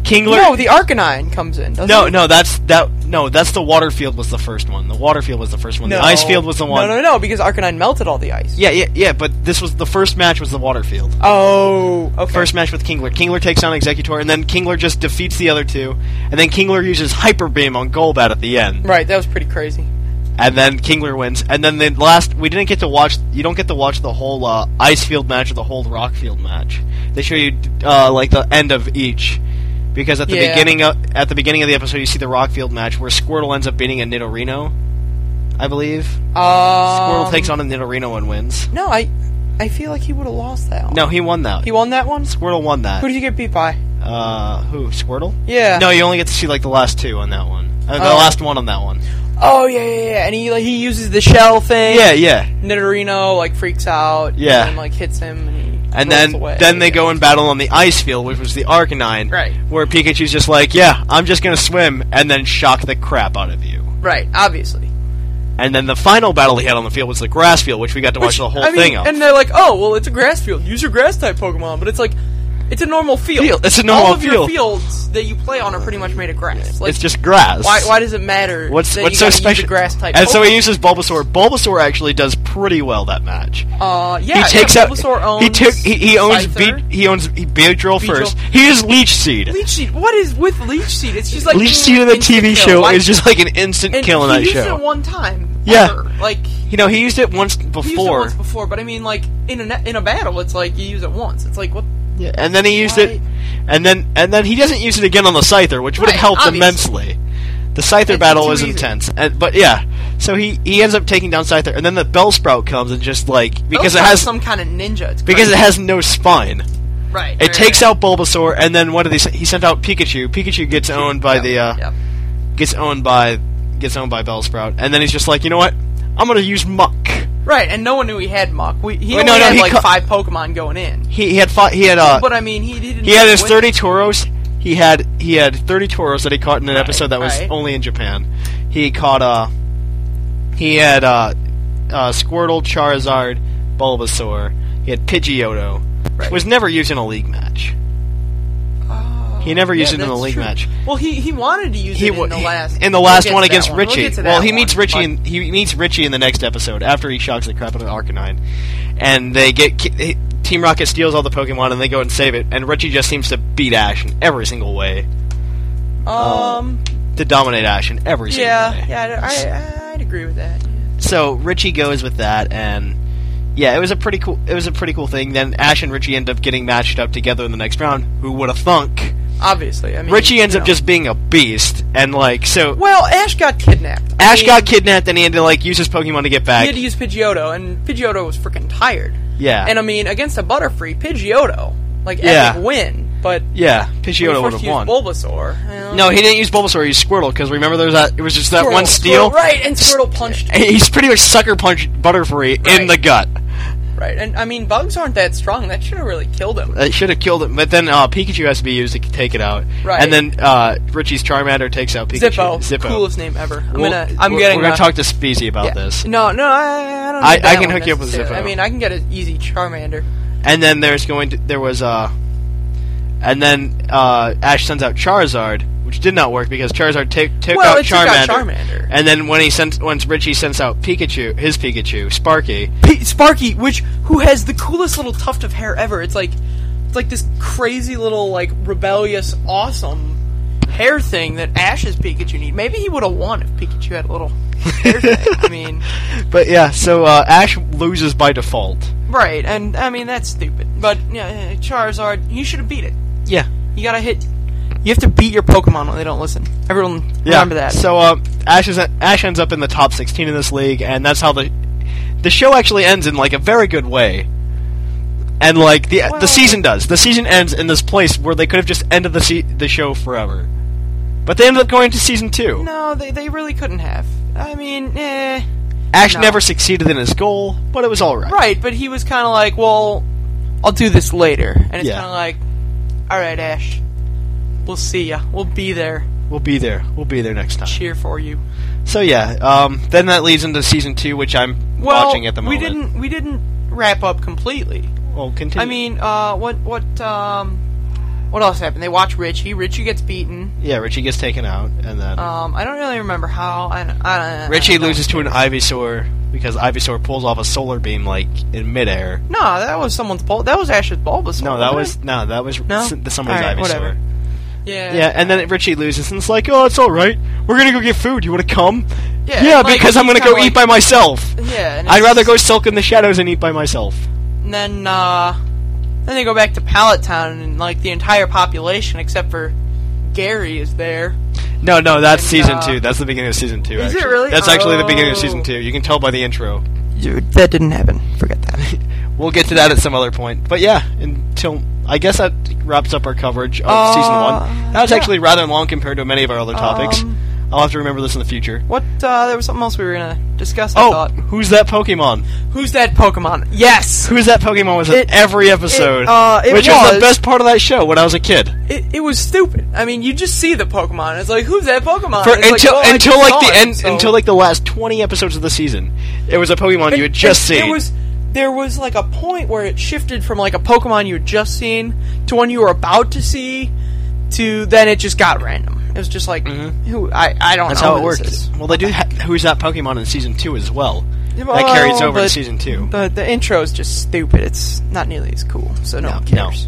Kingler No, the Arcanine comes in. Doesn't No, it? no, that's that. No, that's the water field was the first one. The water field was the first one. No. The ice field was the one. No, no, no, because Arcanine melted all the ice. Yeah, yeah, yeah. But this was the first match was the water field. Oh, okay. First match with Kingler. Kingler takes down Executor, and then Kingler just defeats the other two. And then Kingler uses Hyper Beam on Golbat at the end, right, that was pretty crazy. and then Kingler wins. And then the last, we didn't get to watch. You don't get to watch the whole uh, ice field match or the whole rock field match. They show you uh, like the end of each. Because at the Yeah. beginning of, at the beginning of the episode, you see the Rockfield match where Squirtle ends up beating a Nidorino, I believe. Um, Squirtle takes on a Nidorino and wins. No, I, I feel like he would have lost that. One. No, he won that. he won that one. Squirtle won that. Who did you get beat by? uh, who? Squirtle? Yeah. No, you only get to see like the last two on that one. Uh, the Oh. last one on that one. Oh yeah, yeah, yeah. And he like, he uses the shell thing. Yeah, yeah. Nidorino like freaks out. Yeah. And like hits him. And he, and rolls then away. then they go and battle on the ice field, which was the Arcanine, Right. Where Pikachu's just like, yeah, I'm just gonna swim, and then shock the crap out of you. Right, obviously. And then the final battle he had on the field was the grass field, which we got to watch the whole I mean, thing of. And they're like, oh, well, it's a grass field. Use your grass type Pokemon. But it's like, it's a normal field. Field. It's a normal All of your field. fields that you play on are pretty much made of grass. Like, it's just grass. why, why does it matter? What's that what's you so gotta use a special? Grass type. Oh. and so Pokemon? he uses Bulbasaur. Bulbasaur actually does pretty well that match. Uh, yeah, he yeah, takes out. Bulbasaur owns he took. He, he owns. Scyther. Be- he owns he, Beedrill Beedrill. first. He is Leech Seed. Leech Seed. What is with Leech Seed? It's just like Leech Seed in the TV instant kill. show Like, is just like an instant and kill in he that used show. it one time. Yeah. ever. like you know, he used it once he used it before, once before, but I mean, like in a ne- in a battle, it's like you use it once. It's like what? Yeah, and then he used Why- it, and then and then he doesn't use it again on the Scyther, which would have Right, helped obviously. immensely. The Scyther It's battle too was easy. intense, and, but yeah, so he he ends up taking down Scyther, and then the Bellsprout comes and just like because Those it are has some kind of ninja. It's because crazy. it has no spine. right. It takes out Bulbasaur, and then what did he? Send? He sent out Pikachu. Pikachu gets owned by the uh, Yep. gets owned by gets owned by Bellsprout, and then he's just like, you know what? I'm gonna use Muck. Right, and no one knew he had Muck. We, he Wait, only no, no, had he like co- five Pokemon going in. He, he had fought, he had uh But I mean, he didn't. he had know his what- thirty Tauros. He had he had thirty Tauros that he caught in an episode that was right. only in Japan. He caught uh he had uh, uh Squirtle, Charizard, Bulbasaur. He had Pidgeotto. Right. Was never used in a league match. he never Oh, Yeah, used it in a that's league true. match. Well, he he wanted to use it wa- in the last in the we'll last get one to that against We'll Richie. get to that well, he one, meets Richie. but- In, he meets Richie in the next episode after he shocks the crap out of Arcanine, and they get ki- he- Team Rocket steals all the Pokemon and they go and save it. And Richie just seems to beat Ash in every single way um to dominate Ash in every single yeah way. yeah I, I I'd agree with that. So Richie goes with that, and yeah, it was a pretty cool. It was a pretty cool thing. Then Ash and Richie end up getting matched up together in the next round. Who would have thunk? Obviously, I mean Richie ends you up know. just being a beast, and like so. well Ash got kidnapped. I Ash mean, got kidnapped, and he had to like use his Pokemon to get He back. had to use Pidgeotto, and Pidgeotto was freaking tired. Yeah. and I mean against a Butterfree, Pidgeotto like Yeah. epic win, but Yeah, when he Pidgeotto would have first won. used Bulbasaur. you know. no, he didn't use Bulbasaur. He used Squirtle because remember there was that it was just that Squirtle, one steal. Squirtle, right? And Squirtle punched. [LAUGHS] And He's pretty much sucker punched Butterfree in Right. the gut. Right, and I mean bugs aren't that strong. That should have really killed him. That should have killed him. But then uh, Pikachu has to be used to take it out. Right. And then uh, Richie's Charmander takes out Pikachu. Zippo, Zippo. coolest name ever. I'm We'll- gonna, I'm we're, getting. We're gonna a- talk to Speezy about yeah. this. No, no, I, I don't. Need I- I that can one hook you up with necessarily. Zippo. I mean, I can get an easy Charmander. And then there's going to there was uh, and then uh, Ash sends out Charizard, which did not work because Charizard take took Well, out it took out Charmander. Charmander. And then when he sends once Richie sends out Pikachu, his Pikachu, Sparky. P- Sparky, which who has the coolest little tuft of hair ever. It's like, it's like this crazy little like rebellious, awesome hair thing that Ash's Pikachu need. Maybe he would have won if Pikachu had [LAUGHS] a little hair thing. I mean, But yeah, so uh, Ash loses by default. right? And I mean that's stupid. But yeah, yeah, Charizard, you should have beat it. Yeah. You gotta hit. You have to beat your Pokemon when they don't listen. Everyone Yeah. remember that. So uh, Ash is Ash ends up in the top 16 in this league, and that's how the the show actually ends in like a very good way. And like the the season does, the season ends in this place where they could have just ended the se- the show forever, but they ended up going to season two. no, they, they really couldn't have. I mean, eh. Ash No. never succeeded in his goal, but it was all right. Right, but he was kind of like, well, I'll do this later. And it's Yeah. kind of like, all right, Ash, we'll see ya. We'll be there. We'll be there. We'll be there next time. Cheer for you. So yeah, um, then that leads into season two, which I'm Well, watching at the moment. we didn't we didn't wrap up completely. Well, continue. I mean, uh, what what um, what else happened? They watch Richie. Richie gets beaten. yeah, Richie gets taken out, and then Um, I don't really remember how. I don't, I don't, I uh, don't Richie know. loses to an Ivysaur because Ivysaur pulls off a solar beam like in midair. No, that was someone's ball. That was Ash's Bulbasaur. No, that wasn't was it? no, that was No? s- the All someone's right, Ivysaur. whatever. Yeah. Yeah, and then Richie loses and it's like, oh, it's all right. We're gonna go get food. You want to come? Yeah, yeah, like, because I'm he's gonna go kinda eat by like- myself. Yeah. and I'd it's- rather go sulk in the shadows and eat by myself. And then, uh, then they go back to Pallet Town, and like the entire population except for Gary is there. No, no, that's And, season uh, two. That's the beginning of season two. Is it actually. really? That's actually the beginning of Oh. season two. You can tell by the intro. that didn't happen. [LAUGHS] Forget that. We'll get to that at some other point. But yeah, until I guess that wraps up our coverage of season one. That was yeah. actually rather long compared to many of our other topics. Um, I'll have to remember this in the future. What? Uh, there was something else we were gonna discuss. I Oh, thought. who's that Pokemon? Who's that Pokemon? Yes, Who's that Pokemon was in It- every episode, it, uh, it which the was. best part of that show when I was a kid. it, it was stupid. I mean, you just see the Pokemon. It's like, who's that Pokemon? For, It's like, until well, I until just like saw the it, end, so- until like the last twenty episodes of the season, it was a Pokemon you had And- just and seen. There was there was like a point where it shifted from like a Pokemon you had just seen to one you were about to see to then it just got random. It was just like who I I don't Mm-hmm. That's know how it who this worked. is. Well, they do. Ha- Who's that Pokemon in season two as well? that Well, carries over the- to season two. The Oh, the intro is just stupid. It's not nearly as cool. So no, one no. cares.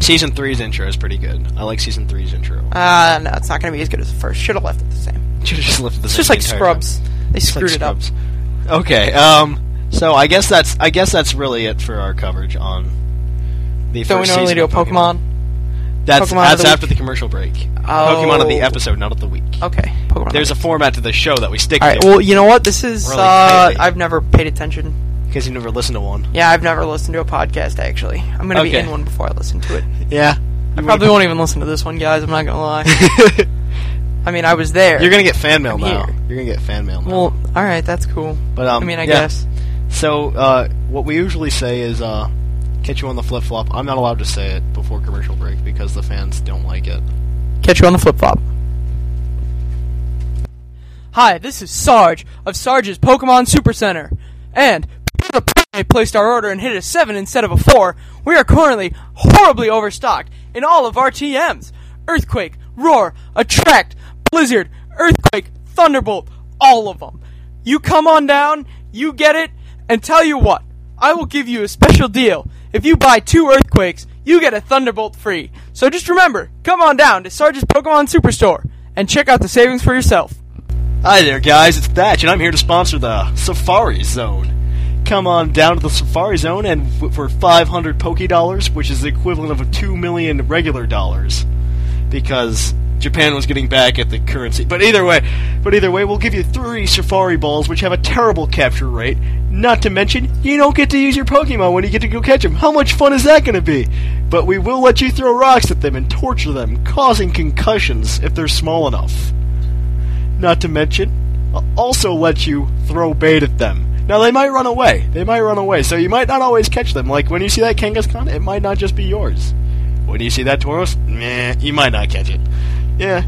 Season three's intro is pretty good. I like season three's intro. Uh, no, it's not going to be as good as the first. Should have left it the [LAUGHS] same. Should have just left it the It's same just the like entire Scrubs. time. They It's like screwed it up. Scrubs. Okay. Um. So I guess that's I guess that's really it for our coverage on the Don't we first normally season do a of Pokemon? That's Pokemon of that's the after week? the commercial break. Oh. Pokemon of the episode, not of the week. Okay. Pokemon. There's a format to the show that we stick All right. to Well, you know what? This is. Really uh, tightly. I've never paid attention because you never listen to one. Yeah, I've never listened to a podcast actually. I'm gonna be Okay. in one before I listen to it. Yeah. I probably won't even listen to this one, guys. I'm not [LAUGHS] gonna lie. I mean, I was there. You're gonna get fan mail now. here. You're gonna get fan mail now. well, all right, that's cool. But, um, I mean, I yeah. guess So, uh, what we usually say is, uh, catch you on the flip flop. I'm not allowed to say it before commercial break because the fans don't like it. catch you on the flip flop. Hi, this is Sarge of Sarge's Pokemon Super Center, and because the I placed our order and hit a seven instead of a four, we are currently horribly overstocked in all of our TMs: Earthquake, Roar, Attract, Blizzard, Earthquake, Thunderbolt, all of them. You come on down, you get it, and tell you what, I will give you a special deal. If you buy two Earthquakes, you get a Thunderbolt free. So just remember, come on down to Sarge's Pokemon Superstore and check out the savings for yourself. Hi there, guys. It's Thatch, and I'm here to sponsor the Safari Zone. Come on down to the Safari Zone, and w- for 500 Poke dollars, which is the equivalent of 2 million regular dollars, because Japan was getting back at the currency. But either way, but either way, we'll give you three Safari balls, which have a terrible capture rate. Not to mention, you don't get to use your Pokemon when you get to go catch them. How much fun is that going to be? But we will let you throw rocks at them and torture them, causing concussions if they're small enough not to mention, I'll also let you throw bait at them. Now they might run away. They might run away, so you might not always catch them. Like when you see that Kangaskhan, it might not just be yours. When you see that Tauros, nah, you might not catch it. Yeah,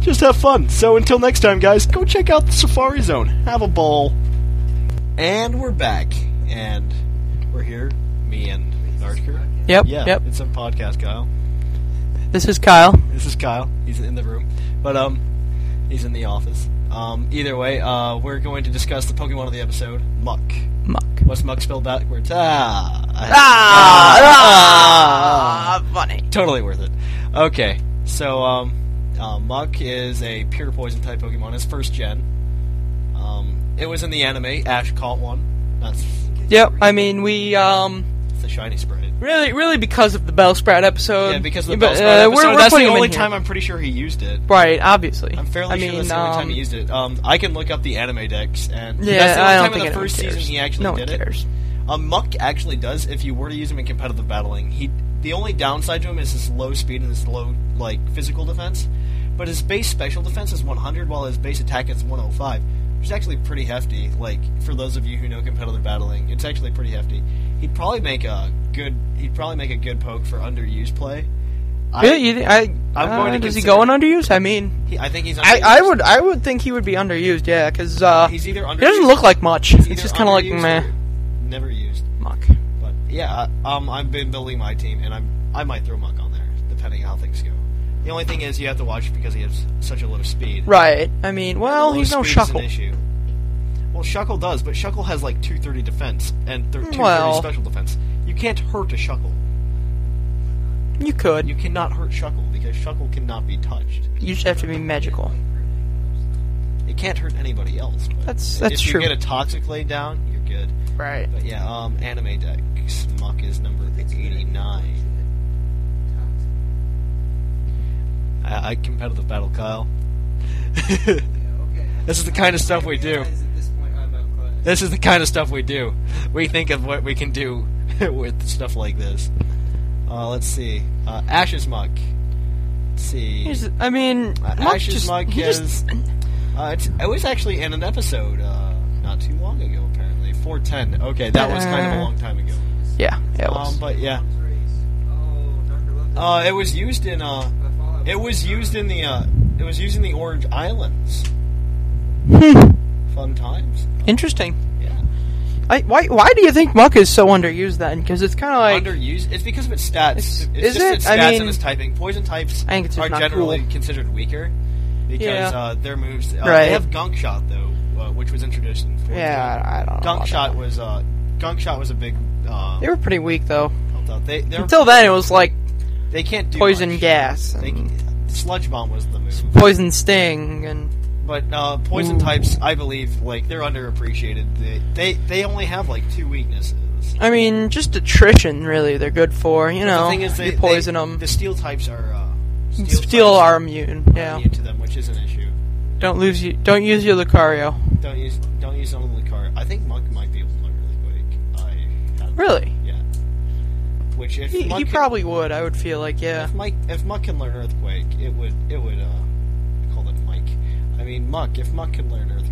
just have fun. So until next time, guys, go check out the Safari Zone. Have a ball. And we're back, and we're here, me and Archer. Yep, Yeah, yep. it's a podcast, Kyle. This is Kyle. This is Kyle. He's in the room, but um, he's in the office. Um, either way, uh, we're going to discuss the Pokemon of the episode, Muck. Muck. What's Muck spelled backwards? Ah, [LAUGHS] Ah, funny. totally worth it. Okay, so um, uh, Muck is a pure poison type Pokemon. It's first gen. Um, it was in the anime. Ash caught one. That's Yep, I mean we um it's the shiny sprite. really really because of the Bell Sprout episode. Yeah, because of the but, Bellsprout uh, episode, we're, we're that's the putting him in only here. time I'm pretty sure he used it. right, obviously. I'm fairly I mean, sure that's the only time um, he used it. Um, I can look up the anime decks, and Yeah, that's the only I don't time think in the anyone first cares. season he actually no did one cares. it. Um, Muck actually does. If you were to use him in competitive battling, he the only downside to him is his low speed and his low like physical defense. But his base special defense is 100, while his base attack is 105, which is actually pretty hefty. Like for those of you who know competitive battling, it's actually pretty hefty. He'd probably make a good. He'd probably make a good poke for underused play. I- Really, you, thi- I, I'm uh, going to does he consider- go in underuse? I mean, He, I think he's. I, I underused. would I would think he would be underused. Yeah, because uh, He's either he doesn't underused- look like much. It's It's either just kind of like underused meh. or Never used. Muck. But yeah, I- um, I've been building my team, and I'm I might throw Muck on there depending on how things go. The only thing is you have to watch because he has such a low speed. Right. I mean, well, Low he's no speed is an shuckle. issue. Well, Shuckle does, but Shuckle has like 230 defense and th- 230 Well. special defense. You can't hurt a Shuckle. You could. You You, cannot hurt Shuckle because Shuckle cannot be touched. just have to be magical. It can't hurt anybody else. But That's- that's if true. you get a Toxic laid down, you're good. Right. But yeah, um, anime decks. Muck is number eighty-nine. I, I competitive battle, Kyle. [LAUGHS] this is the kind of stuff we do. This is the kind of stuff we do. We think of what we can do [LAUGHS] with stuff like this. Uh, let's see. Uh, Ashes Muck. Let's see. He's, I mean, Uh, Muck Ash's just, mug he just- [LAUGHS] is. Uh, it's, it was actually in an episode uh, not too long ago, apparently. 410. Okay, that was kind of a long time ago. yeah, yeah, it Uh. was. Um, but yeah. Uh, it was used in. Uh, it was used in the. Uh, it was used in the Orange [LAUGHS] Islands. Fun times. interesting. Yeah. I, why why do you think Muck is so underused then? Because it's kind of like Underused. It's because of its stats. It's- It's, is just it? its I stats mean- and its typing. Poison types I think it's just are not generally cool. considered weaker because Yeah. uh, their moves. Uh, Right. They have gunk shot though, uh, which was introduced in. 14. yeah, I I don't know. about Gunk that shot one. was uh, gunk shot was a big. Uh, They were pretty weak though. helped out. They they're- Until then, it was like they can't do poison much. gas They, and can- sludge bomb was the move, poison sting and but uh, poison types I believe like they're underappreciated. They, they they only have like two weaknesses. I mean just attrition. Really, they're good for you know. the thing is, they you poison they- them. The steel types are uh, steel, Steel types are immune. Yeah. immune to them, which is an issue. Don't lose you. Don't use your Lucario. Don't use don't use some of the car. I think Monk might be able to learn really quick. I have, Really? yeah. Which if He, Monk he can- probably would. I would feel like yeah. if Mike if Monk can learn Earthquake, it would it would uh I call it Mike. I mean Monk. If Monk can learn Earthquake,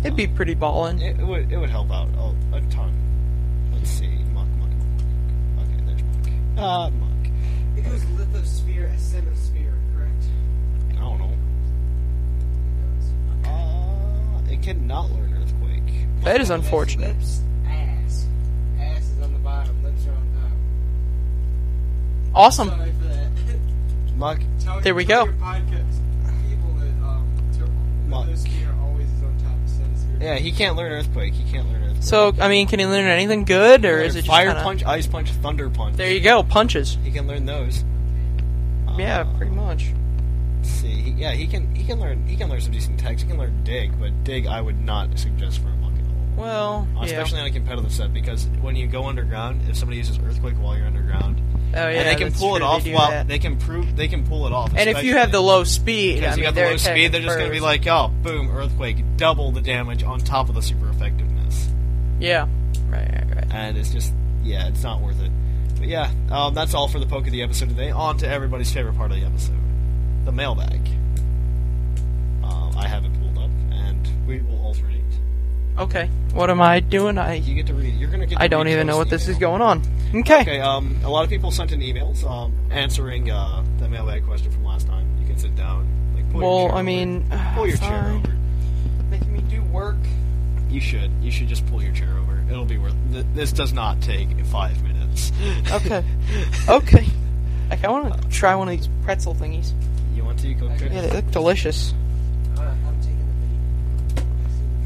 It'd be pretty ballin'. it, it would it would help out a, a ton. Let's see, Monk, Monk, Monk. Monk. Okay, there's Monk. Uh, Monk. It goes lithosphere, asthenosphere, correct? I don't know. Uh, it cannot learn Earthquake. That is unfortunate. Lips, ass. Ass is on the bottom, lips are on top. Awesome. Sorry for that. Monk. Tell- There we tell go. your podcast people that, um, to- Monk. lithosphere always is on top of asthenosphere. Yeah, he can't learn Earthquake. He can't learn Earthquake. So I mean, can he learn anything good or is it just fire kinda- punch, ice punch, thunder punch? There you go. Punches. He can learn those. Uh, Yeah, pretty much. Let's see, he, yeah, he can. He can learn. He can learn some decent tags. He can learn dig, but dig I would not suggest for a monkey at all. Well, Uh, yeah. Especially on a competitive set, because when you go underground, if somebody uses earthquake while you're underground, Oh, yeah, and they can that's pull true, it they off do while that. they can prove they can pull it off. and if you have the especially low speed, I because mean, you got the they're low speed, attacking they're just going to be first. like, oh, boom, earthquake, double the damage on top of the super effectiveness. yeah, right, right, right. and it's just yeah, it's not worth it. But yeah, um, that's all for the poke of the episode today. On to everybody's favorite part of the episode, the mailbag. Um, I have it pulled up, and we will alternate. Okay, what am I doing? I You get to read. You're gonna get. To I don't read even know Joe's what this is email. going on. Okay, Okay. Um, a lot of people sent in emails um, answering uh, the mailbag question from last time. You can sit down. Like, pull Well, your chair I mean, [SIGHS] over. pull your chair fine. over. making me do work. You should. You should just pull your chair over. It'll be worth. Th- this does not take five minutes. Okay, [LAUGHS] okay. Like, I want to try one of these pretzel thingies. you want to go? Yeah, they look delicious.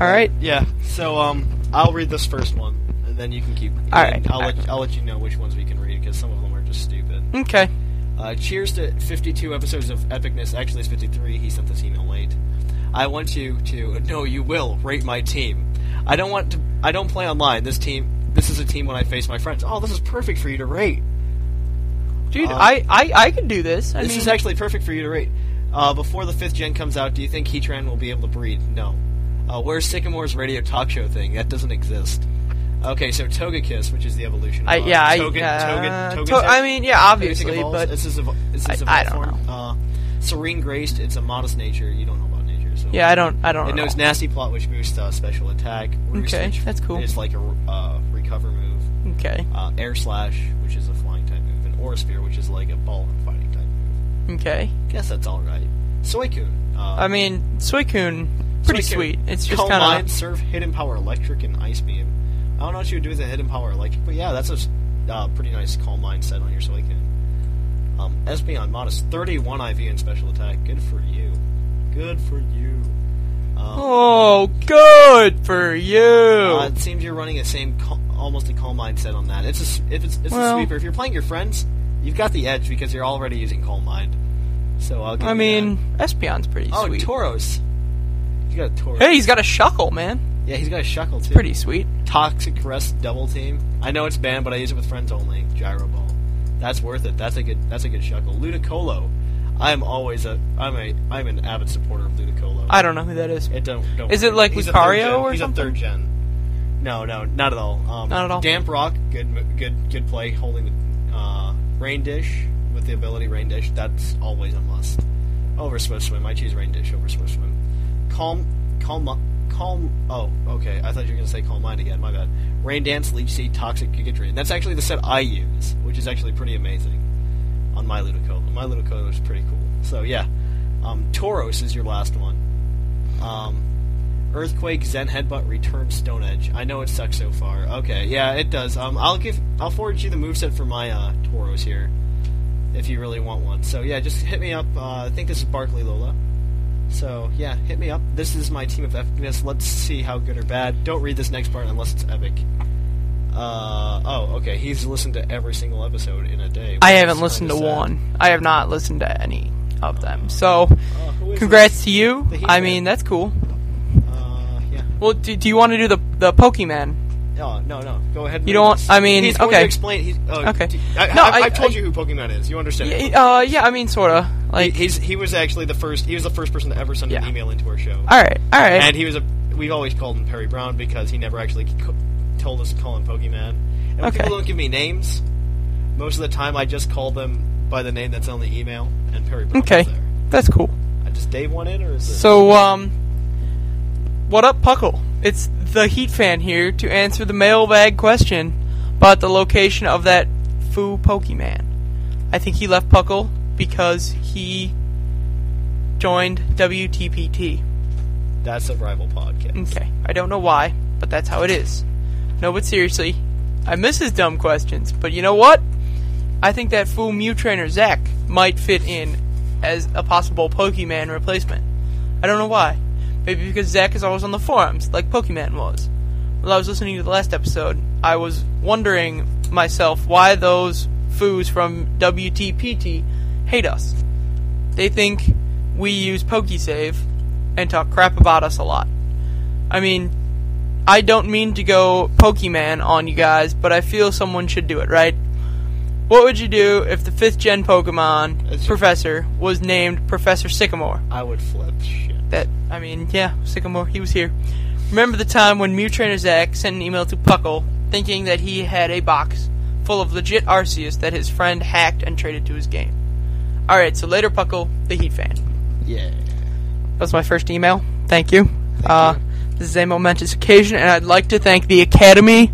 All right, Yeah. So um, I'll read this first one, and then you can keep. All and right, I'll all let I'll let you know which ones we can read because some of them are just stupid. okay. Uh, cheers to 52 episodes of epicness. Actually, it's 53. He sent this email late. I want you to no, you will rate my team. I don't want to. I don't play online. This team. This is a team when I face my friends. Oh, this is perfect for you to rate. Dude, I, I I could do this. I Uh, this mean, is actually perfect for you to rate. Uh, before the fifth gen comes out, do you think Heatran will be able to breed? No. Uh, where's Sycamore's radio talk show thing? That doesn't exist. Okay, so Togekiss, which is the evolution. I, of, yeah, I, Toga, uh, Toga, to- I mean, yeah, obviously, but this is a, this is a I- I don't form. Uh, Serene Graced, it's a modest nature. You don't know about nature, so yeah, I don't, I don't It know. knows nasty plot, which boosts uh, special attack. Roost, Okay, which that's cool. It's like a uh, recover move. Okay, Uh, Air slash, which is a flying type move, and Aura Spear, which is like a ball and fighting type move okay. guess that's all right. Suicune. Uh, I mean, Suicune, pretty Suicune. sweet. It's just Coal kind mine, of surf, hidden power, electric, and ice beam. I don't know what you would do with a hidden power electric, but yeah, that's a s- uh, pretty nice calm mind set on your Suicune. Um, Espeon, modest, thirty-one IV and special attack. Good for you. Good for you. oh, good for you. Oh. Uh, it seems you're running the same, cal- almost a calm mind set on that. It's a s- if it's, it's Well- a sweeper. If you're playing your friends, you've got the edge because you're already using calm mind. So I'll. Give I you mean, that. Espeon's pretty oh, sweet. Tauros. You got a Tauros. hey, he's got a shuckle, man. Yeah, he's got a shuckle too. Pretty sweet. toxic rest double team. I know it's banned, but I use it with friends only. Gyro ball. That's worth it. That's a good. That's a good shuckle. Ludicolo. I'm always a. I'm a. I'm an avid supporter of Ludicolo. I don't know who that is. It don't. don't Is it like He's a Lucario third gen. or He's something? a third gen. No, no, not at all. Um, Not at all. Damp rock. Good, mo- good, good play. Holding the uh, rain dish with the ability, rain dish, that's always a must. Over swift swim, I choose rain dish over swift swim. Calm, calm, calm. Oh, okay. I thought you were gonna say calm mind again. My bad. Rain dance, leech seed, toxic gigatrain. That's actually the set I use, which is actually pretty amazing on my Ludicolo. My Ludicolo is pretty cool. So yeah, um, Tauros is your last one. Um, Earthquake, Zen Headbutt, Return, Stone Edge. I know it sucks so far. Okay, yeah, it does. Um, I'll give, I'll forward you the moveset for my uh, Toros here, if you really want one. So yeah, just hit me up. Uh, I think this is Barkley Lola. So yeah, hit me up. This is my team of epicness. Let's see how good or bad. Don't read this next part unless it's epic. Uh, oh, okay. He's listened to every single episode in a day. I which haven't is listened to kinda sad. one. I have not listened to any of them. So, Uh, who is congrats to you. The Heat I Man. mean, that's cool. this? Uh, yeah. Well, do, do you want to do the the Pokemon? No, no, no. Go ahead. and You read don't- this. I mean, he's going okay. to explain. He's, uh, Okay. d- I, No, I, I- have told I- you who Pokemon is. You understand? it. Yeah, uh, yeah. I mean, sort of. Like, He- he's he was actually the first. He was the first person to ever send Yeah. an email into our show. all right, all right. And he was a. We've always called him Perry Brown because he never actually co- told us to call him Pokemon. And when Okay. people don't give me names, most of the time I just call them by the name that's on the email. And Perry Brown. okay, Is there. that's cool. I just Dave one in, or is this? So, um, what up, Puckle? It's the Heat fan here to answer the mailbag question about the location of that foo Pokemon. I think he left Puckle because he joined WTPT. that's a rival podcast. Okay, I don't know why, but that's how it is. No, but seriously, I miss his dumb questions. But you know what? I think that fool Mew trainer Zach might fit in as a possible Pokemon replacement. I don't know why. Maybe because Zach is always on the forums, like Pokemon was. While I was listening to the last episode, I was wondering myself why those foos from WTPT hate us. They think we use Pokesave and talk crap about us a lot. I mean, I don't mean to go Pokemon on you guys, but I feel someone should do it, right? What would you do if the fifth gen Pokemon That's- professor was named Professor Sycamore? I would flip shit. That I mean, yeah, Sycamore, he was here. Remember the time when Mew Trainer Zack sent an email to Puckle thinking that he had a box full of legit Arceus that his friend hacked and traded to his game. Alright, so later Puckle, the Heat fan. Yeah. That's my first email. Thank you. uh, This is a momentous occasion, and I'd like to thank the Academy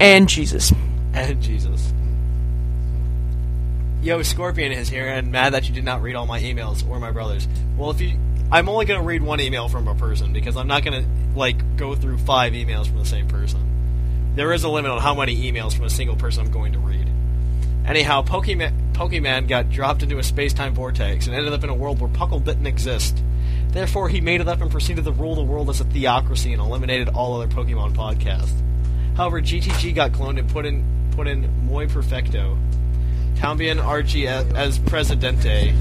and Jesus. And Jesus. Yo, Scorpion is here, and mad that you did not read all my emails or my brother's. Well, if you, I'm only gonna read one email from a person because I'm not gonna like go through five emails from the same person. There is a limit on how many emails from a single person I'm going to read. Anyhow, Pokemon, Pokemon got dropped into a space-time vortex and ended up in a world where Puckle didn't exist. Therefore, he made it up and proceeded to rule the world as a theocracy and eliminated all other Pokemon podcasts. However, GTG got cloned and put in put in Muy Perfecto, Tambian RG a- E as Presidente.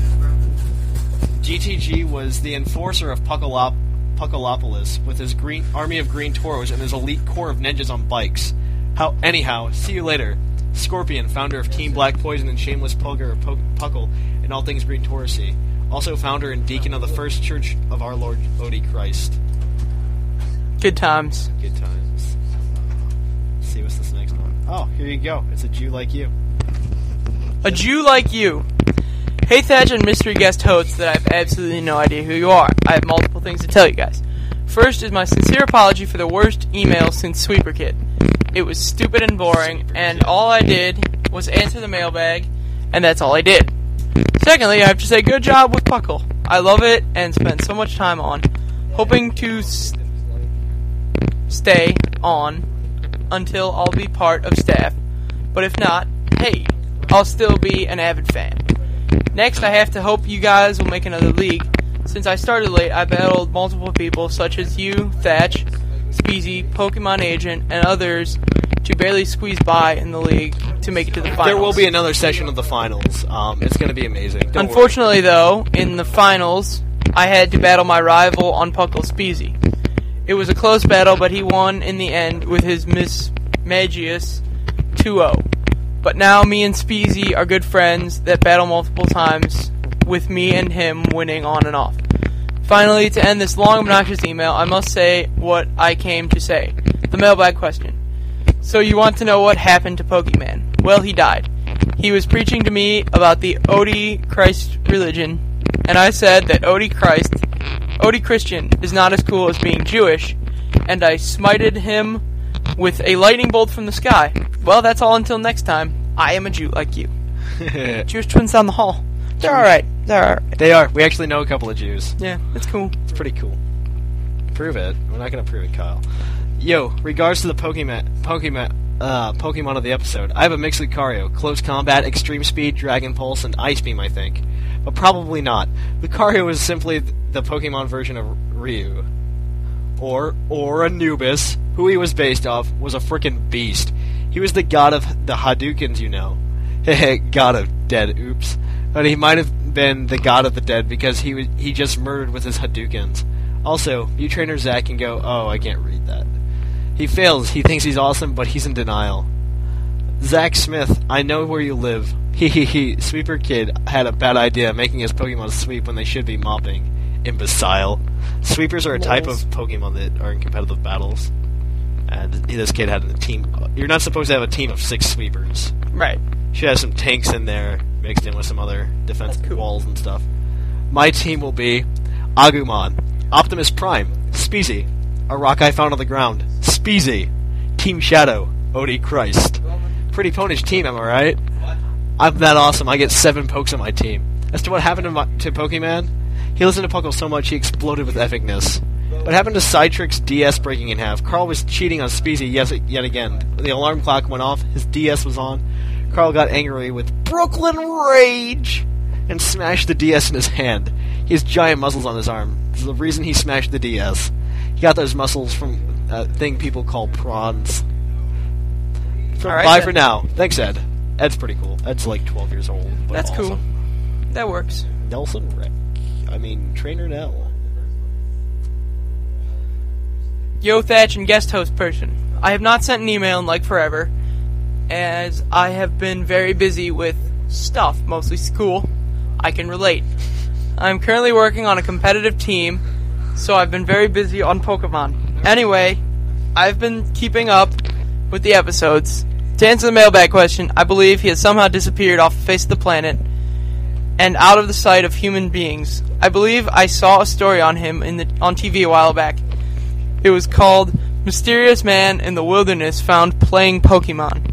GTG was the enforcer of Puckalop- Puckalopolis with his green army of green toros and his elite corps of ninjas on bikes. How anyhow, see you later. Scorpion, founder of Team Black Poison and shameless pugger of po- Puckle and all things green torosy. Also founder and deacon of the First Church of our Lord Odie Christ. Good times. Good times. see what's this next one. Oh, here you go. It's a Jew like you. A Jew like you. Hey, Thatch and mystery guest hosts that I have absolutely no idea who you are. I have multiple things to tell you guys. First is my sincere apology for the worst email since Sweeper Kid. It was stupid and boring, and all I did was answer the mailbag, and that's all I did. Secondly, I have to say good job with Puckle. I love it and spend so much time on, hoping to s- stay on until I'll be part of staff. But if not, hey, I'll still be an avid fan. Next, I have to hope you guys will make another league. Since I started late, I battled multiple people such as you, Thatch, Speezy, Pokemon Agent, and others to barely squeeze by in the league to make it to the finals. There will be another session of the finals. Um, it's going to be amazing. Don't worry. Unfortunately, though, in the finals, I had to battle my rival on Puckle Speezy. It was a close battle, but he won in the end with his Miss Magius 2 0. But now me and Speezy are good friends that battle multiple times, with me and him winning on and off. Finally, to end this long, obnoxious email, I must say what I came to say the mailbag question. So you want to know what happened to Pokemon? Well, he died. he was preaching to me about the Odie Christ religion, and I said that Odie Christ, Odie Christian, is not as cool as being Jewish, and I smited him with a lightning bolt from the sky. Well, that's all until next time. I am a Jew like [LAUGHS] you. Jewish twins down the hall. They're alright. They're alright. They are. We actually know a couple of Jews. Yeah, it's cool. It's pretty cool. Prove it. We're not gonna prove it, Kyle. Yo, regards to the Pokemon, Pokemon, uh, Pokemon of the episode. I have a mix Lucario, close combat, extreme speed, Dragon Pulse, and Ice Beam, I think, but probably not. Lucario is simply th- the Pokemon version of Ryu, or or Anubis, who he was based off, was a freaking beast. He was the god of the Hadoukens, you know. [LAUGHS] Heh, god of dead. Oops. But he might have been the god of the dead because he was, he just murdered with his Hadoukens. Also, you trainer Zach can go. Oh, I can't read that. He fails. He thinks he's awesome, but he's in denial. Zach Smith, I know where you live. [LAUGHS] He he he. Sweeper Kid had a bad idea making his Pokemon sweep when they should be mopping. Imbecile. Sweepers are a type of Pokemon that are in competitive battles. And this kid had a team. You're not supposed to have a team of six sweepers. Right. Should have some tanks in there mixed in with some other defensive That's cool. walls and stuff. My team will be Agumon, Optimus Prime, Speezy, a rock I found on the ground, Speezy, Team Shadow, Odie Christ. Pretty ponish team, am I right? I'm that awesome. I get seven pokes on my team. As to what happened to, my, to Pokemon, he listened to Puckle so much he exploded with epicness. What happened to Cytrix DS breaking in half? Carl was cheating on Speezy yes, yet again. The alarm clock went off. His DS was on. Carl got angry with Brooklyn Rage and smashed the DS in his hand. He has giant muscles on his arm. This is the reason he smashed the DS. He got those muscles from a thing people call prawns. So, All right, bye then. for now. Thanks, Ed. Ed's pretty cool. Ed's like 12 years old. But That's awesome. cool. That works. Nelson Rick. I mean, Trainer Nell. Yo, Thatch and guest host person. I have not sent an email in like forever, as I have been very busy with stuff, mostly school. I can relate. I'm currently working on a competitive team, so I've been very busy on Pokemon. Anyway, I've been keeping up with the episodes. To answer the mailbag question, I believe he has somehow disappeared off the face of the planet and out of the sight of human beings. I believe I saw a story on him in the, on TV a while back. It was called Mysterious Man in the Wilderness Found Playing Pokemon.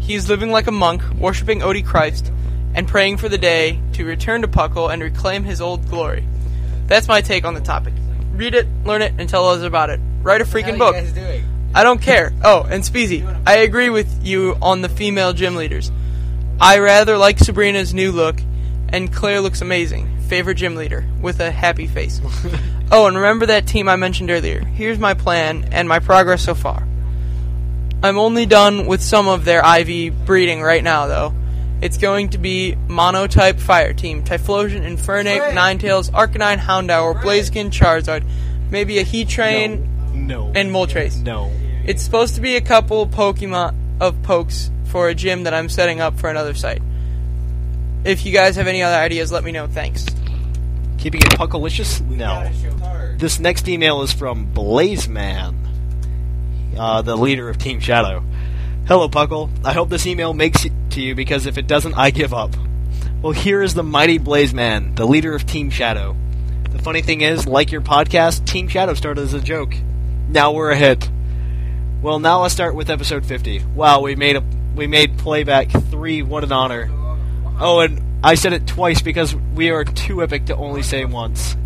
He is living like a monk, worshipping Odie Christ, and praying for the day to return to Puckle and reclaim his old glory. That's my take on the topic. Read it, learn it, and tell others about it. Write a freaking What book. are you guys doing? I don't care. Oh, and Speezy, I agree with you on the female gym leaders. I rather like Sabrina's new look, and Claire looks amazing. Favorite gym leader with a happy face. oh, and remember that team I mentioned earlier. Here's my plan and my progress so far. I'm only done with some of their IV breeding right now, though. It's going to be Monotype Fire Team, Typhlosion, Infernape, Ninetales, Arcanine, Houndour, Blaziken, Charizard, maybe a Heatran, No. and Moltres. No. It's supposed to be a couple Pokemon of pokes for a gym that I'm setting up for another site. If you guys have any other ideas, let me know. Thanks. Keeping it puckalicious? No. This next email is from Blazeman, uh, the leader of Team Shadow. Hello, Puckle. I hope this email makes it to you because if it doesn't, I give up. Well, here is the mighty Blazeman, the leader of Team Shadow. The funny thing is, like your podcast, Team Shadow started as a joke. Now we're a hit. Well, now I'll start with episode 50. Wow, we made a we made playback 3 what an honor. Oh, and I said it twice because we are too epic to only say once.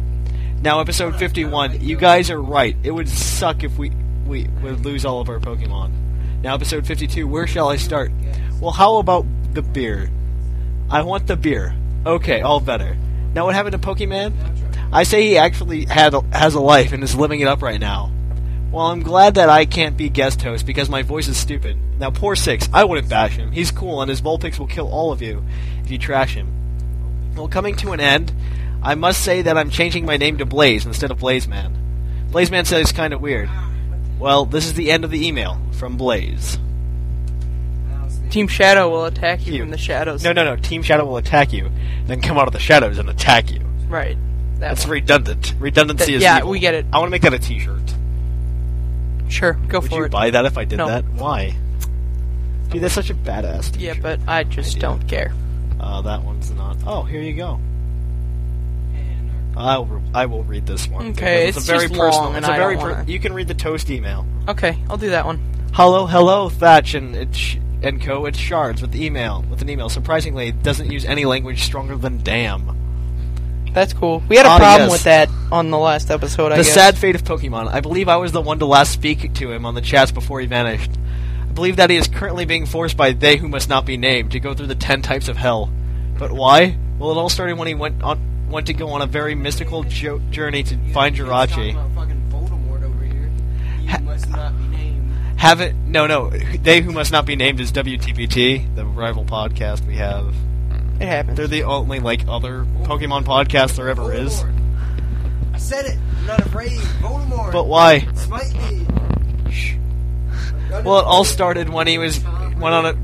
Now episode 51. You guys are right. It would suck if we we would lose all of our Pokémon. Now episode 52. Where shall I start? Well, how about the beer? I want the beer. Okay, all better. Now what happened to Pokemon? I say he actually had has a life and is living it up right now. Well, I'm glad that I can't be guest host because my voice is stupid. Now, poor Six, I wouldn't bash him. He's cool, and his Vulpix will kill all of you if you trash him. Well, coming to an end, I must say that I'm changing my name to Blaze instead of Blazeman. Blazeman says kind of weird. Well, this is the end of the email from Blaze. Team Shadow will attack you You. from the shadows. No, no, no. Team Shadow will attack you, then come out of the shadows and attack you. Right. That That's redundant. Redundancy Th- is yeah, evil. we get it. I want to make that a T-shirt. Sure, go Would for you it. buy that if I did No. that? Why? Dude, that's such a badass. Teacher. Yeah, but I just Idea. don't care. Uh, that one's not. Oh, here you go. And I will. Re- I will read this one. Okay, because it's a very just personal. long, it's and a I very. don't wanna- you can read the toast email. Okay, I'll do that one. Hello, hello, Thatch and it's sh- and Co. It's Shards with email with an email. Surprisingly, it doesn't use any language stronger than damn. That's cool. We had a Ah, problem yes. with that on the last episode. I The guess. sad fate of Pokemon. I believe I was the one to last speak to him on the chats before he vanished. I believe that he is currently being forced by they who must not be named to go through the ten types of hell. But why? Well, it all started when he went on went to go on a very mystical jo- journey to find Talking Jirachi. about fucking Voldemort over here. You must not be named. Haven't no no. They who must not be named is WTBT, the rival podcast we have. It happens. They're the only like other Pokemon podcast there ever is. Voldemort. I said it. I'm not afraid. Voldemort. But why? Smite me. Well, it all started when he was went on a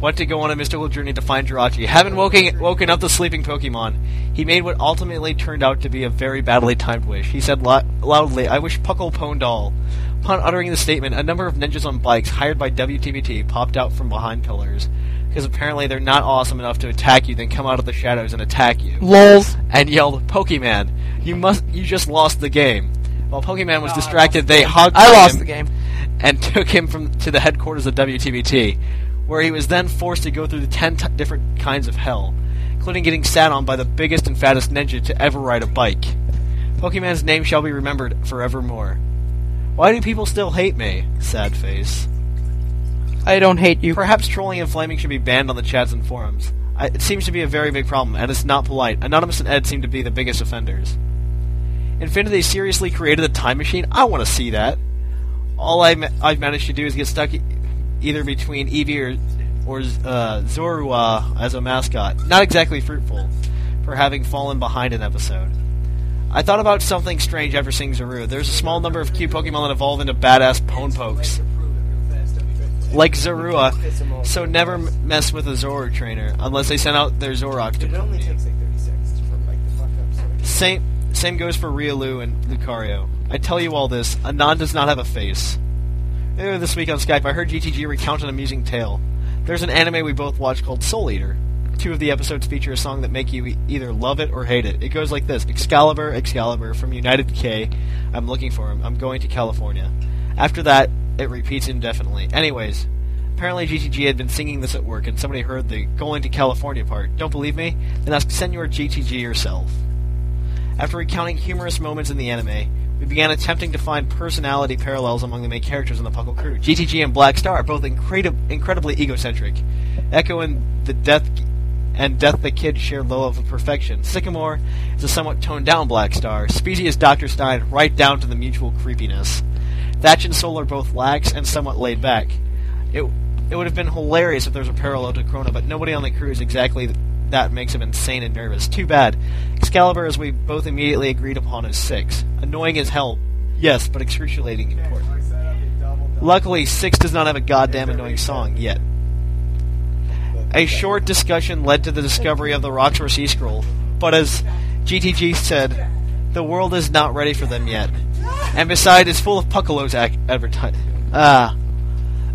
went to go on a mystical journey to find Jirachi. Having woken woken up the sleeping Pokemon, he made what ultimately turned out to be a very badly timed wish. He said lo- loudly, "I wish Puckle Pondal." Upon uttering the statement, a number of ninjas on bikes hired by WTBT popped out from behind pillars because apparently they're not awesome enough to attack you. Then come out of the shadows and attack you. Lols. and yelled, "Pokemon, you must, you just lost the game." While Pokemon was distracted, they hugged I him lost the game. and [LAUGHS] took him from to the headquarters of WTBT, where he was then forced to go through the ten t- different kinds of hell, including getting sat on by the biggest and fattest ninja to ever ride a bike. Pokemon's name shall be remembered forevermore. Why do people still hate me? Sad face. I don't hate you. Perhaps trolling and flaming should be banned on the chats and forums. I, it seems to be a very big problem, and it's not polite. Anonymous and Ed seem to be the biggest offenders. Infinity seriously created a time machine? I want to see that. All I ma- I've managed to do is get stuck e- either between Eevee or, or uh, Zorua as a mascot. Not exactly fruitful for having fallen behind an episode. I thought about something strange after seeing Zoru. There's a small number of cute Pokemon that evolve into badass Pwn Pokes like Zorua, so never m- mess with a Zoro trainer unless they send out their Zorok to It only takes like 30 seconds from like the fuck up. So Same same goes for Riolu and Lucario. I tell you all this, Anand does not have a face. Earlier this week on Skype, I heard GTG recount an amusing tale. There's an anime we both watch called Soul Eater. Two of the episodes feature a song that make you e- either love it or hate it. It goes like this: Excalibur, Excalibur from United K. I'm looking for him. I'm going to California. After that, it repeats indefinitely. Anyways, apparently GTG had been singing this at work, and somebody heard the going to California part. Don't believe me? Then ask Senor GTG yourself. After recounting humorous moments in the anime, we began attempting to find personality parallels among the main characters in the Puckle crew. GTG and Black Star are both incredi- incredibly egocentric. Echo and the Death and Death the Kid share love of perfection. Sycamore is a somewhat toned down Black Star. Speedy is Dr. Stein, right down to the mutual creepiness. Thatch and Soul are both lax and somewhat laid back. It it would have been hilarious if there was a parallel to Corona, but nobody on the crew is exactly th- that makes him insane and nervous. Too bad. Excalibur, as we both immediately agreed upon, is six. Annoying as hell, yes, but excruciating important. Luckily, six does not have a goddamn annoying song yet. A short discussion led to the discovery of the Roxor Sea Scroll, but as GTG said, the world is not ready for them yet. And beside, it's full of Puckalos ac- advertise. Ah.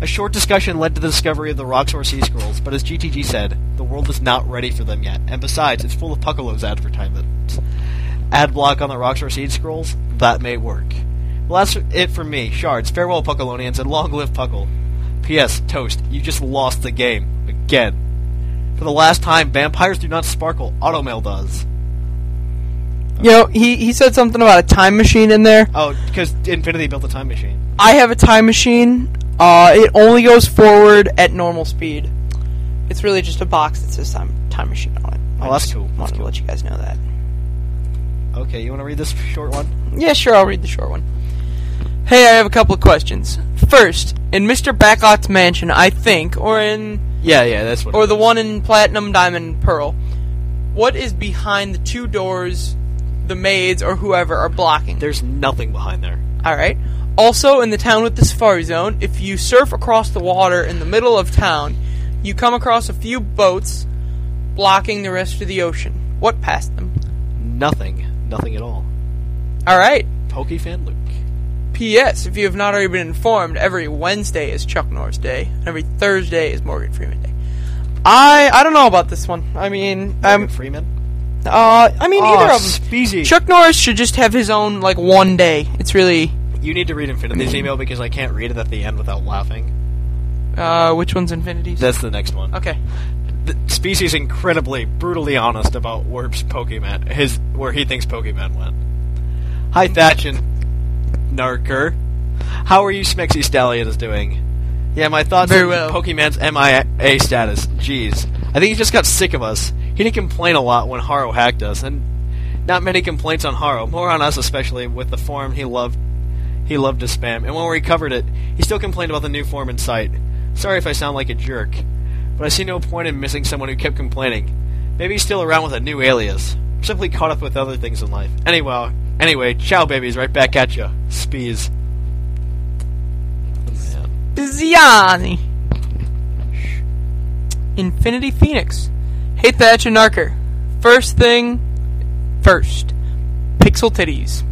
A short discussion led to the discovery of the Roxor Sea Scrolls, but as GTG said, the world is not ready for them yet. And besides, it's full of Puckalos advertisements. Ad block on the Roxor Sea Scrolls? That may work. Well, that's it for me. Shards, farewell, Puckalonians, and long live Puckle. P.S. Toast, you just lost the game. Again. For the last time, vampires do not sparkle, automail does. You know, he, he said something about a time machine in there. Oh, because Infinity built a time machine. I have a time machine. Uh, it only goes forward at normal speed. It's really just a box that says time, time machine on it. Oh, I that's just cool. Wanted That's to cool. let you guys know that. Okay, you want to read this short one? Yeah, sure, I'll read the short one. Hey, I have a couple of questions. First, in Mr. Backlot's mansion, I think, or in Yeah, yeah, that's what. or the one in Platinum, Diamond, Pearl, what is behind the two doors the maids or whoever are blocking? There's nothing behind there. All right. Also, in the town with the safari zone, if you surf across the water in the middle of town, you come across a few boats blocking the rest of the ocean. What passed them? Nothing. Nothing at all. All right. Pokefan Luke. P.S. If you have not already been informed, every Wednesday is Chuck Norris Day, and every Thursday is Morgan Freeman Day. I I don't know about this one. I mean, Morgan um, Freeman. uh, I mean Oh, either of them. Speezy. Chuck Norris should just have his own like one day. It's really You need to read Infinity's email because I can't read it at the end without laughing. uh, which one's Infinity? That's the next one. okay. The species incredibly brutally honest about Warp's Pokemon, his where he thinks Pokemon went. Hi Thatchin, Narker. How are you, Smexy Stallion is doing? Yeah, my thoughts Very on well. Pokemon's MIA status. Jeez, I think he just got sick of us. He didn't complain a lot when Haro hacked us, and not many complaints on Haro. More on us, especially with the form he loved. He loved to spam, and when we recovered it, he still complained about the new form in sight. Sorry if I sound like a jerk, but I see no point in missing someone who kept complaining. Maybe he's still around with a new alias. Simply caught up with other things in life. Anyway, anyway, ciao, babies. Right back at ya. Spees. Biziani. Infinity Phoenix. Hey Thatcher Narker. First thing first. Pixel titties.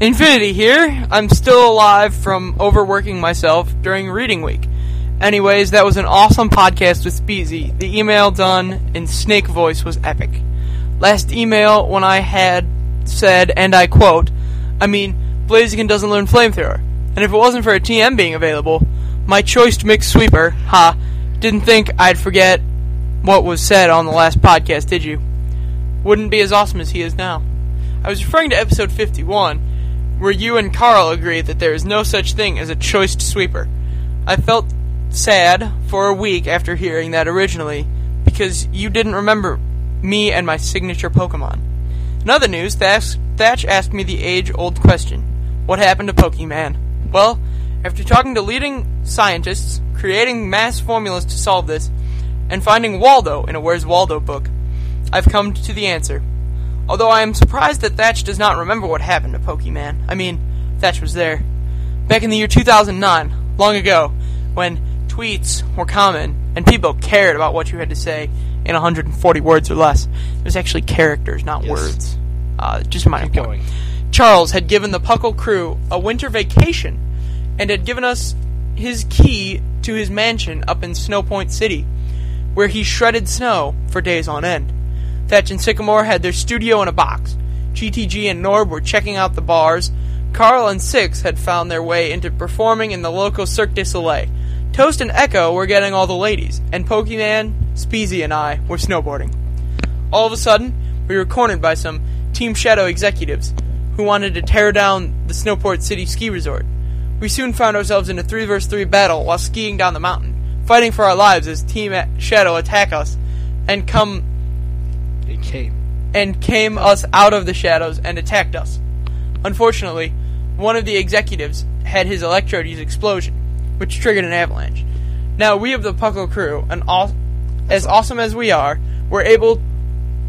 Infinity here. I'm still alive from overworking myself during reading week. Anyways, that was an awesome podcast with Speezy. The email done in snake voice was epic. Last email when I had said, and I quote, I mean, Blaziken doesn't learn flamethrower. And if it wasn't for a TM being available, my choice mix sweeper, ha, didn't think I'd forget what was said on the last podcast, did you? Wouldn't be as awesome as he is now. I was referring to episode 51, where you and Carl agree that there is no such thing as a choiced sweeper. I felt sad for a week after hearing that originally, because you didn't remember me and my signature Pokemon. In other news, Thatch, Thatch asked me the age old question What happened to Pokemon? Well, after talking to leading scientists, creating mass formulas to solve this, and finding Waldo in a Where's Waldo book, I've come to the answer. Although I am surprised that Thatch does not remember what happened to Pokemon. I mean, Thatch was there. Back in the year 2009, long ago, when tweets were common and people cared about what you had to say in 140 words or less, it was actually characters, not words. Uh, just a minor point. going. Charles had given the Puckle crew a winter vacation and had given us his key to his mansion up in Snowpoint City, where he shredded snow for days on end. Thatch and Sycamore had their studio in a box. GTG and Norb were checking out the bars. Carl and Six had found their way into performing in the local Cirque du Soleil. Toast and Echo were getting all the ladies, and Pokemon, Speezy, and I were snowboarding. All of a sudden, we were cornered by some Team Shadow executives who wanted to tear down the Snowport City ski resort. We soon found ourselves in a 3 versus 3 battle while skiing down the mountain, fighting for our lives as Team Shadow attack us and come It came. and came us out of the shadows and attacked us. Unfortunately, one of the executives had his electrode use explosion, which triggered an avalanche. Now we of the Puckle crew, and all, as awesome as we are, were able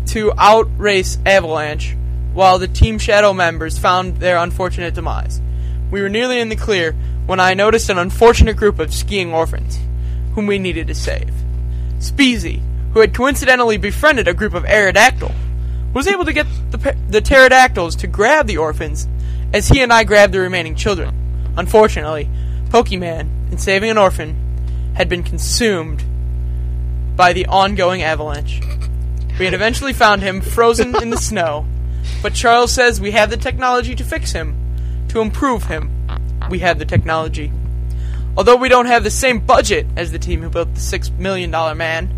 to outrace Avalanche, while the Team Shadow members found their unfortunate demise. We were nearly in the clear when I noticed an unfortunate group of skiing orphans, whom we needed to save. Speezy, who had coincidentally befriended a group of Aerodactyl, was able to get the, pa- the pterodactyls to grab the orphans as he and I grabbed the remaining children. Unfortunately, Pokemon, in saving an orphan, had been consumed by the ongoing avalanche. We had eventually found him frozen in the snow, but Charles says we have the technology to fix him, to improve him. We have the technology. Although we don't have the same budget as the team who built the six million dollar man,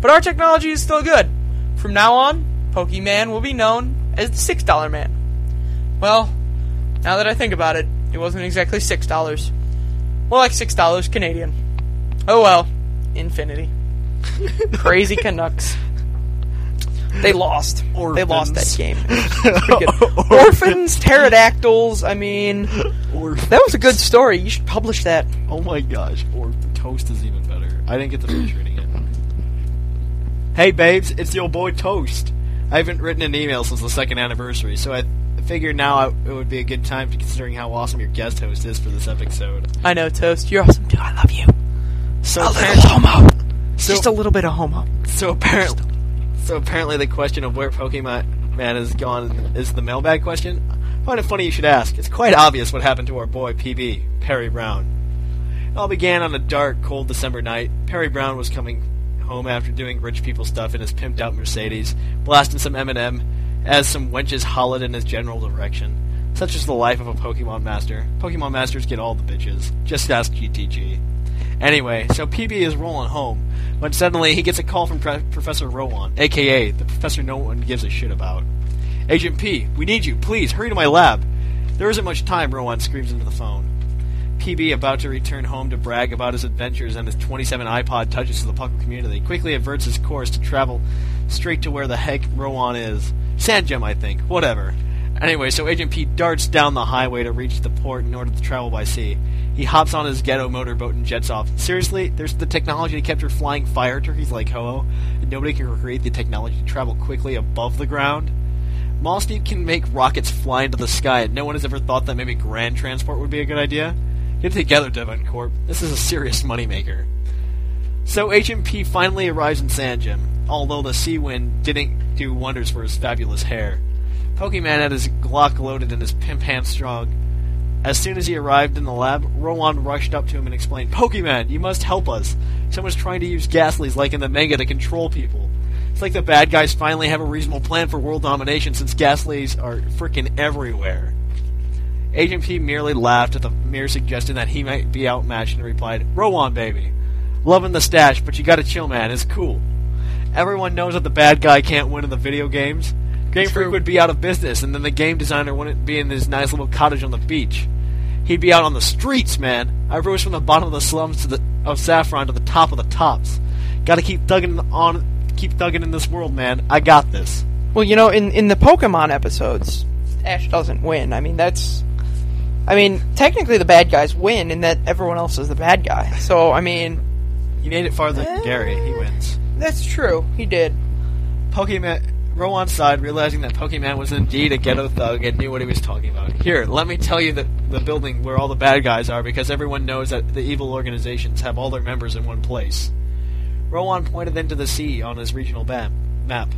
but our technology is still good. From now on, Pokemon will be known as the six dollar man. Well, now that I think about it, it wasn't exactly six dollars. More like six dollars Canadian. Oh well, infinity. Crazy Canucks. They lost. They lost that Orphans. game. It was pretty good. Orphans, pterodactyls. I mean, that was a good story. You should publish that. Oh my gosh, or Toast is even better. I didn't get to finish reading it. Hey babes, it's your boy Toast. I haven't written an email since the second anniversary, so I figured now I, it would be a good time to considering how awesome your guest host is for this episode. I know, Toast. You're awesome too. I love you. So A little apparently- homo. So- Just a little bit of homo. So apparently, so apparently, the question of where Pokemon Man is gone is the mailbag question. find it funny you should ask. It's quite obvious what happened to our boy PB, Perry Brown. It all began on a dark, cold December night. Perry Brown was coming home after doing rich people stuff in his pimped out Mercedes, blasting some Eminem as some wenches hollered in his general direction. Such is the life of a Pokemon Master. Pokemon Masters get all the bitches. Just ask GTG. Anyway, so PB is rolling home when suddenly he gets a call from Pre- Professor Rowan, aka the professor no one gives a shit about. Agent P, we need you. Please hurry to my lab. There isn't much time, Rowan screams into the phone. PB, about to return home to brag about his adventures and his 27 iPod touches to the Puckle community, quickly averts his course to travel straight to where the heck Rowan is. Sandgem, I think. Whatever. Anyway, so Agent P darts down the highway to reach the port in order to travel by sea. He hops on his ghetto motorboat and jets off. Seriously, there's the technology to capture flying fire turkeys like Ho-Oh, and nobody can recreate the technology to travel quickly above the ground? Malstein can make rockets fly into the sky, and no one has ever thought that maybe grand transport would be a good idea. Get it together, Devon Corp. This is a serious moneymaker. So HMP finally arrives in Sanjim, although the sea wind didn't do wonders for his fabulous hair. Pokemon had his Glock loaded and his pimp hand strong. As soon as he arrived in the lab, Rowan rushed up to him and explained, Pokemon, you must help us. Someone's trying to use Ghastlies like in the manga to control people. It's like the bad guys finally have a reasonable plan for world domination since Ghastlies are freaking everywhere. Agent P merely laughed at the mere suggestion that he might be outmatched and replied, Rowan, baby. Loving the stash, but you gotta chill, man. It's cool. Everyone knows that the bad guy can't win in the video games. Game Freak True. would be out of business, and then the game designer wouldn't be in his nice little cottage on the beach. He'd be out on the streets, man. I rose from the bottom of the slums to the of Saffron to the top of the tops. Gotta keep thugging on, keep thugging in this world, man. I got this. Well, you know, in in the Pokemon episodes, Ash doesn't win. I mean, that's. I mean, technically the bad guys win in that everyone else is the bad guy. So, I mean, He made it farther than Gary. He wins. that's true. He did. Pokemon. Rowan sighed, realizing that Pokemon was indeed a ghetto thug and knew what he was talking about. Here, let me tell you the, the building where all the bad guys are because everyone knows that the evil organizations have all their members in one place. Rowan pointed them to the sea on his regional ba- map.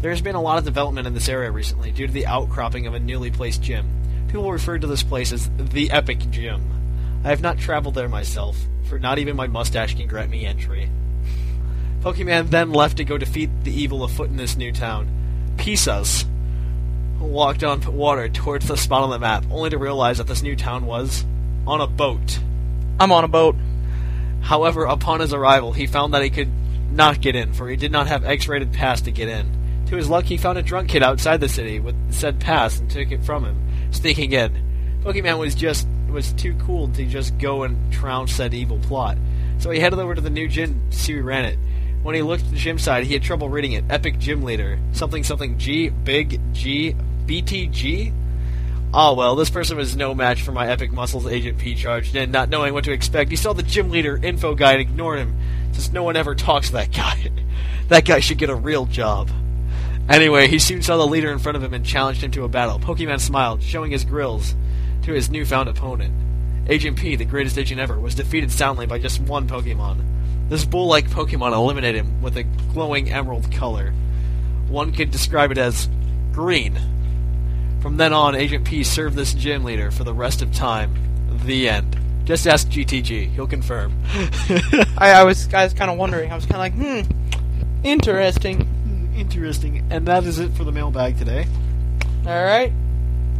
There has been a lot of development in this area recently due to the outcropping of a newly placed gym. People refer to this place as the Epic Gym. I have not traveled there myself, for not even my mustache can grant me entry. Pokemon then left to go defeat the evil afoot in this new town. Pisas walked on water towards the spot on the map, only to realize that this new town was on a boat. I'm on a boat. However, upon his arrival, he found that he could not get in, for he did not have X-rated pass to get in. To his luck, he found a drunk kid outside the city with said pass and took it from him, sneaking in. Pokemon was just was too cool to just go and trounce said evil plot, so he headed over to the new gym to see who ran it. When he looked at the gym side, he had trouble reading it. Epic Gym Leader, something something G, Big G, BTG. Oh well, this person was no match for my epic muscles. Agent P charged in, not knowing what to expect. He saw the gym leader info guy and ignored him, since no one ever talks to that guy. [LAUGHS] that guy should get a real job. Anyway, he soon saw the leader in front of him and challenged him to a battle. Pokemon smiled, showing his grills to his newfound opponent. Agent P, the greatest agent ever, was defeated soundly by just one Pokemon. This bull-like Pokemon eliminated him with a glowing emerald color. One could describe it as green. From then on, Agent P served this gym leader for the rest of time. The end. Just ask GTG; he'll confirm. [LAUGHS] I, I was I was kind of wondering. I was kind of like, hmm, interesting. Interesting. And that is it for the mailbag today. All right,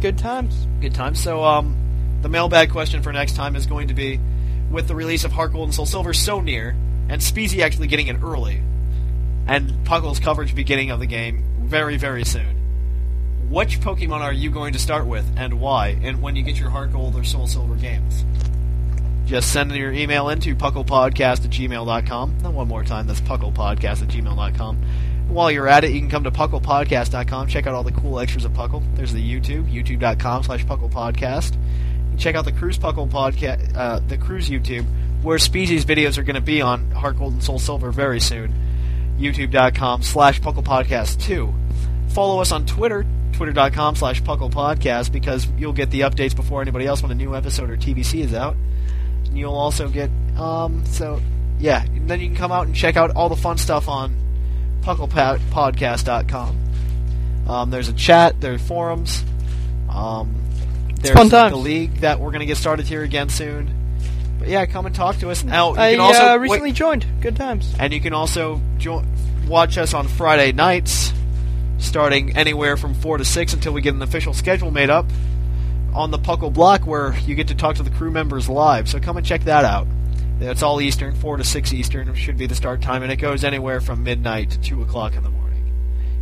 good times. Good time. So, um, the mailbag question for next time is going to be: with the release of Heart Gold and Soul Silver so near, and Speezy actually getting it early, and Puckle's coverage beginning of the game very, very soon. Which Pokemon are you going to start with, and why? And when you get your Heart Gold or Soul Silver games? Just send your email in to pucklepodcast at gmail.com. And one more time, that's pucklepodcast at gmail.com. And while you're at it, you can come to pucklepodcast.com. Check out all the cool extras of Puckle. There's the YouTube, youtube.com slash pucklepodcast. And Check out the Cruise Puckle podcast, uh, the Cruise YouTube, where Speezy's videos are going to be on Heart Gold and Soul Silver very soon. YouTube.com slash pucklepodcast 2 follow us on Twitter, twitter.com slash pucklepodcast, because you'll get the updates before anybody else when a new episode or TBC is out. And you'll also get, um, so, yeah. And then you can come out and check out all the fun stuff on pucklepodcast.com. Um, there's a chat, there are forums, um, There's fun times. the league that we're going to get started here again soon. But yeah, come and talk to us. Now, you I can also uh, wait- recently joined. Good times. and you can also jo- watch us on Friday nights, starting anywhere from 4 to 6 until we get an official schedule made up on the Puckle Block, where you get to talk to the crew members live. So come and check that out. That's all Eastern, 4 to 6 Eastern should be the start time, and it goes anywhere from midnight to 2 o'clock in the morning.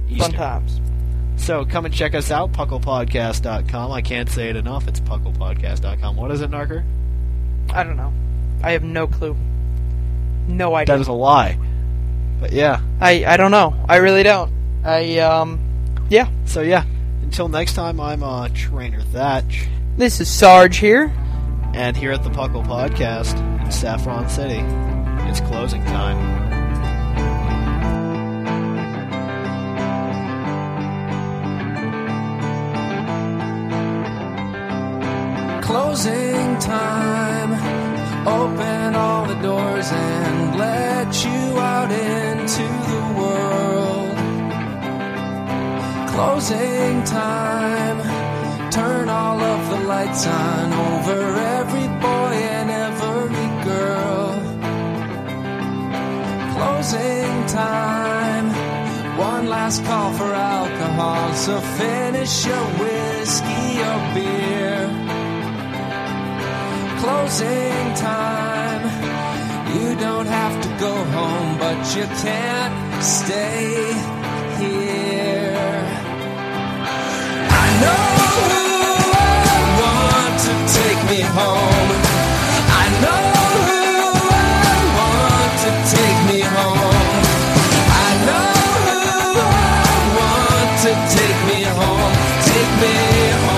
Fun Eastern. times. So come and check us out, pucklepodcast.com. I can't say it enough. It's pucklepodcast.com. What is it, Narker? I don't know. I have no clue. No idea. That is a lie. But yeah. I I don't know. I really don't. I um yeah. So yeah. Until next time, I'm uh, Trainer Thatch. This is Sarge here. And here at the Puckle Podcast in Saffron City, it's closing time. Closing time. Open all the doors and let you out into the world. Closing time. Turn all of the lights on over every boy and every girl. Closing time. One last call for alcohol, so finish your whiskey or beer closing time. You don't have to go home, but you can't stay here. I know who I want to take me home. I know who I want to take me home. I know who I want to take me home. Take me home.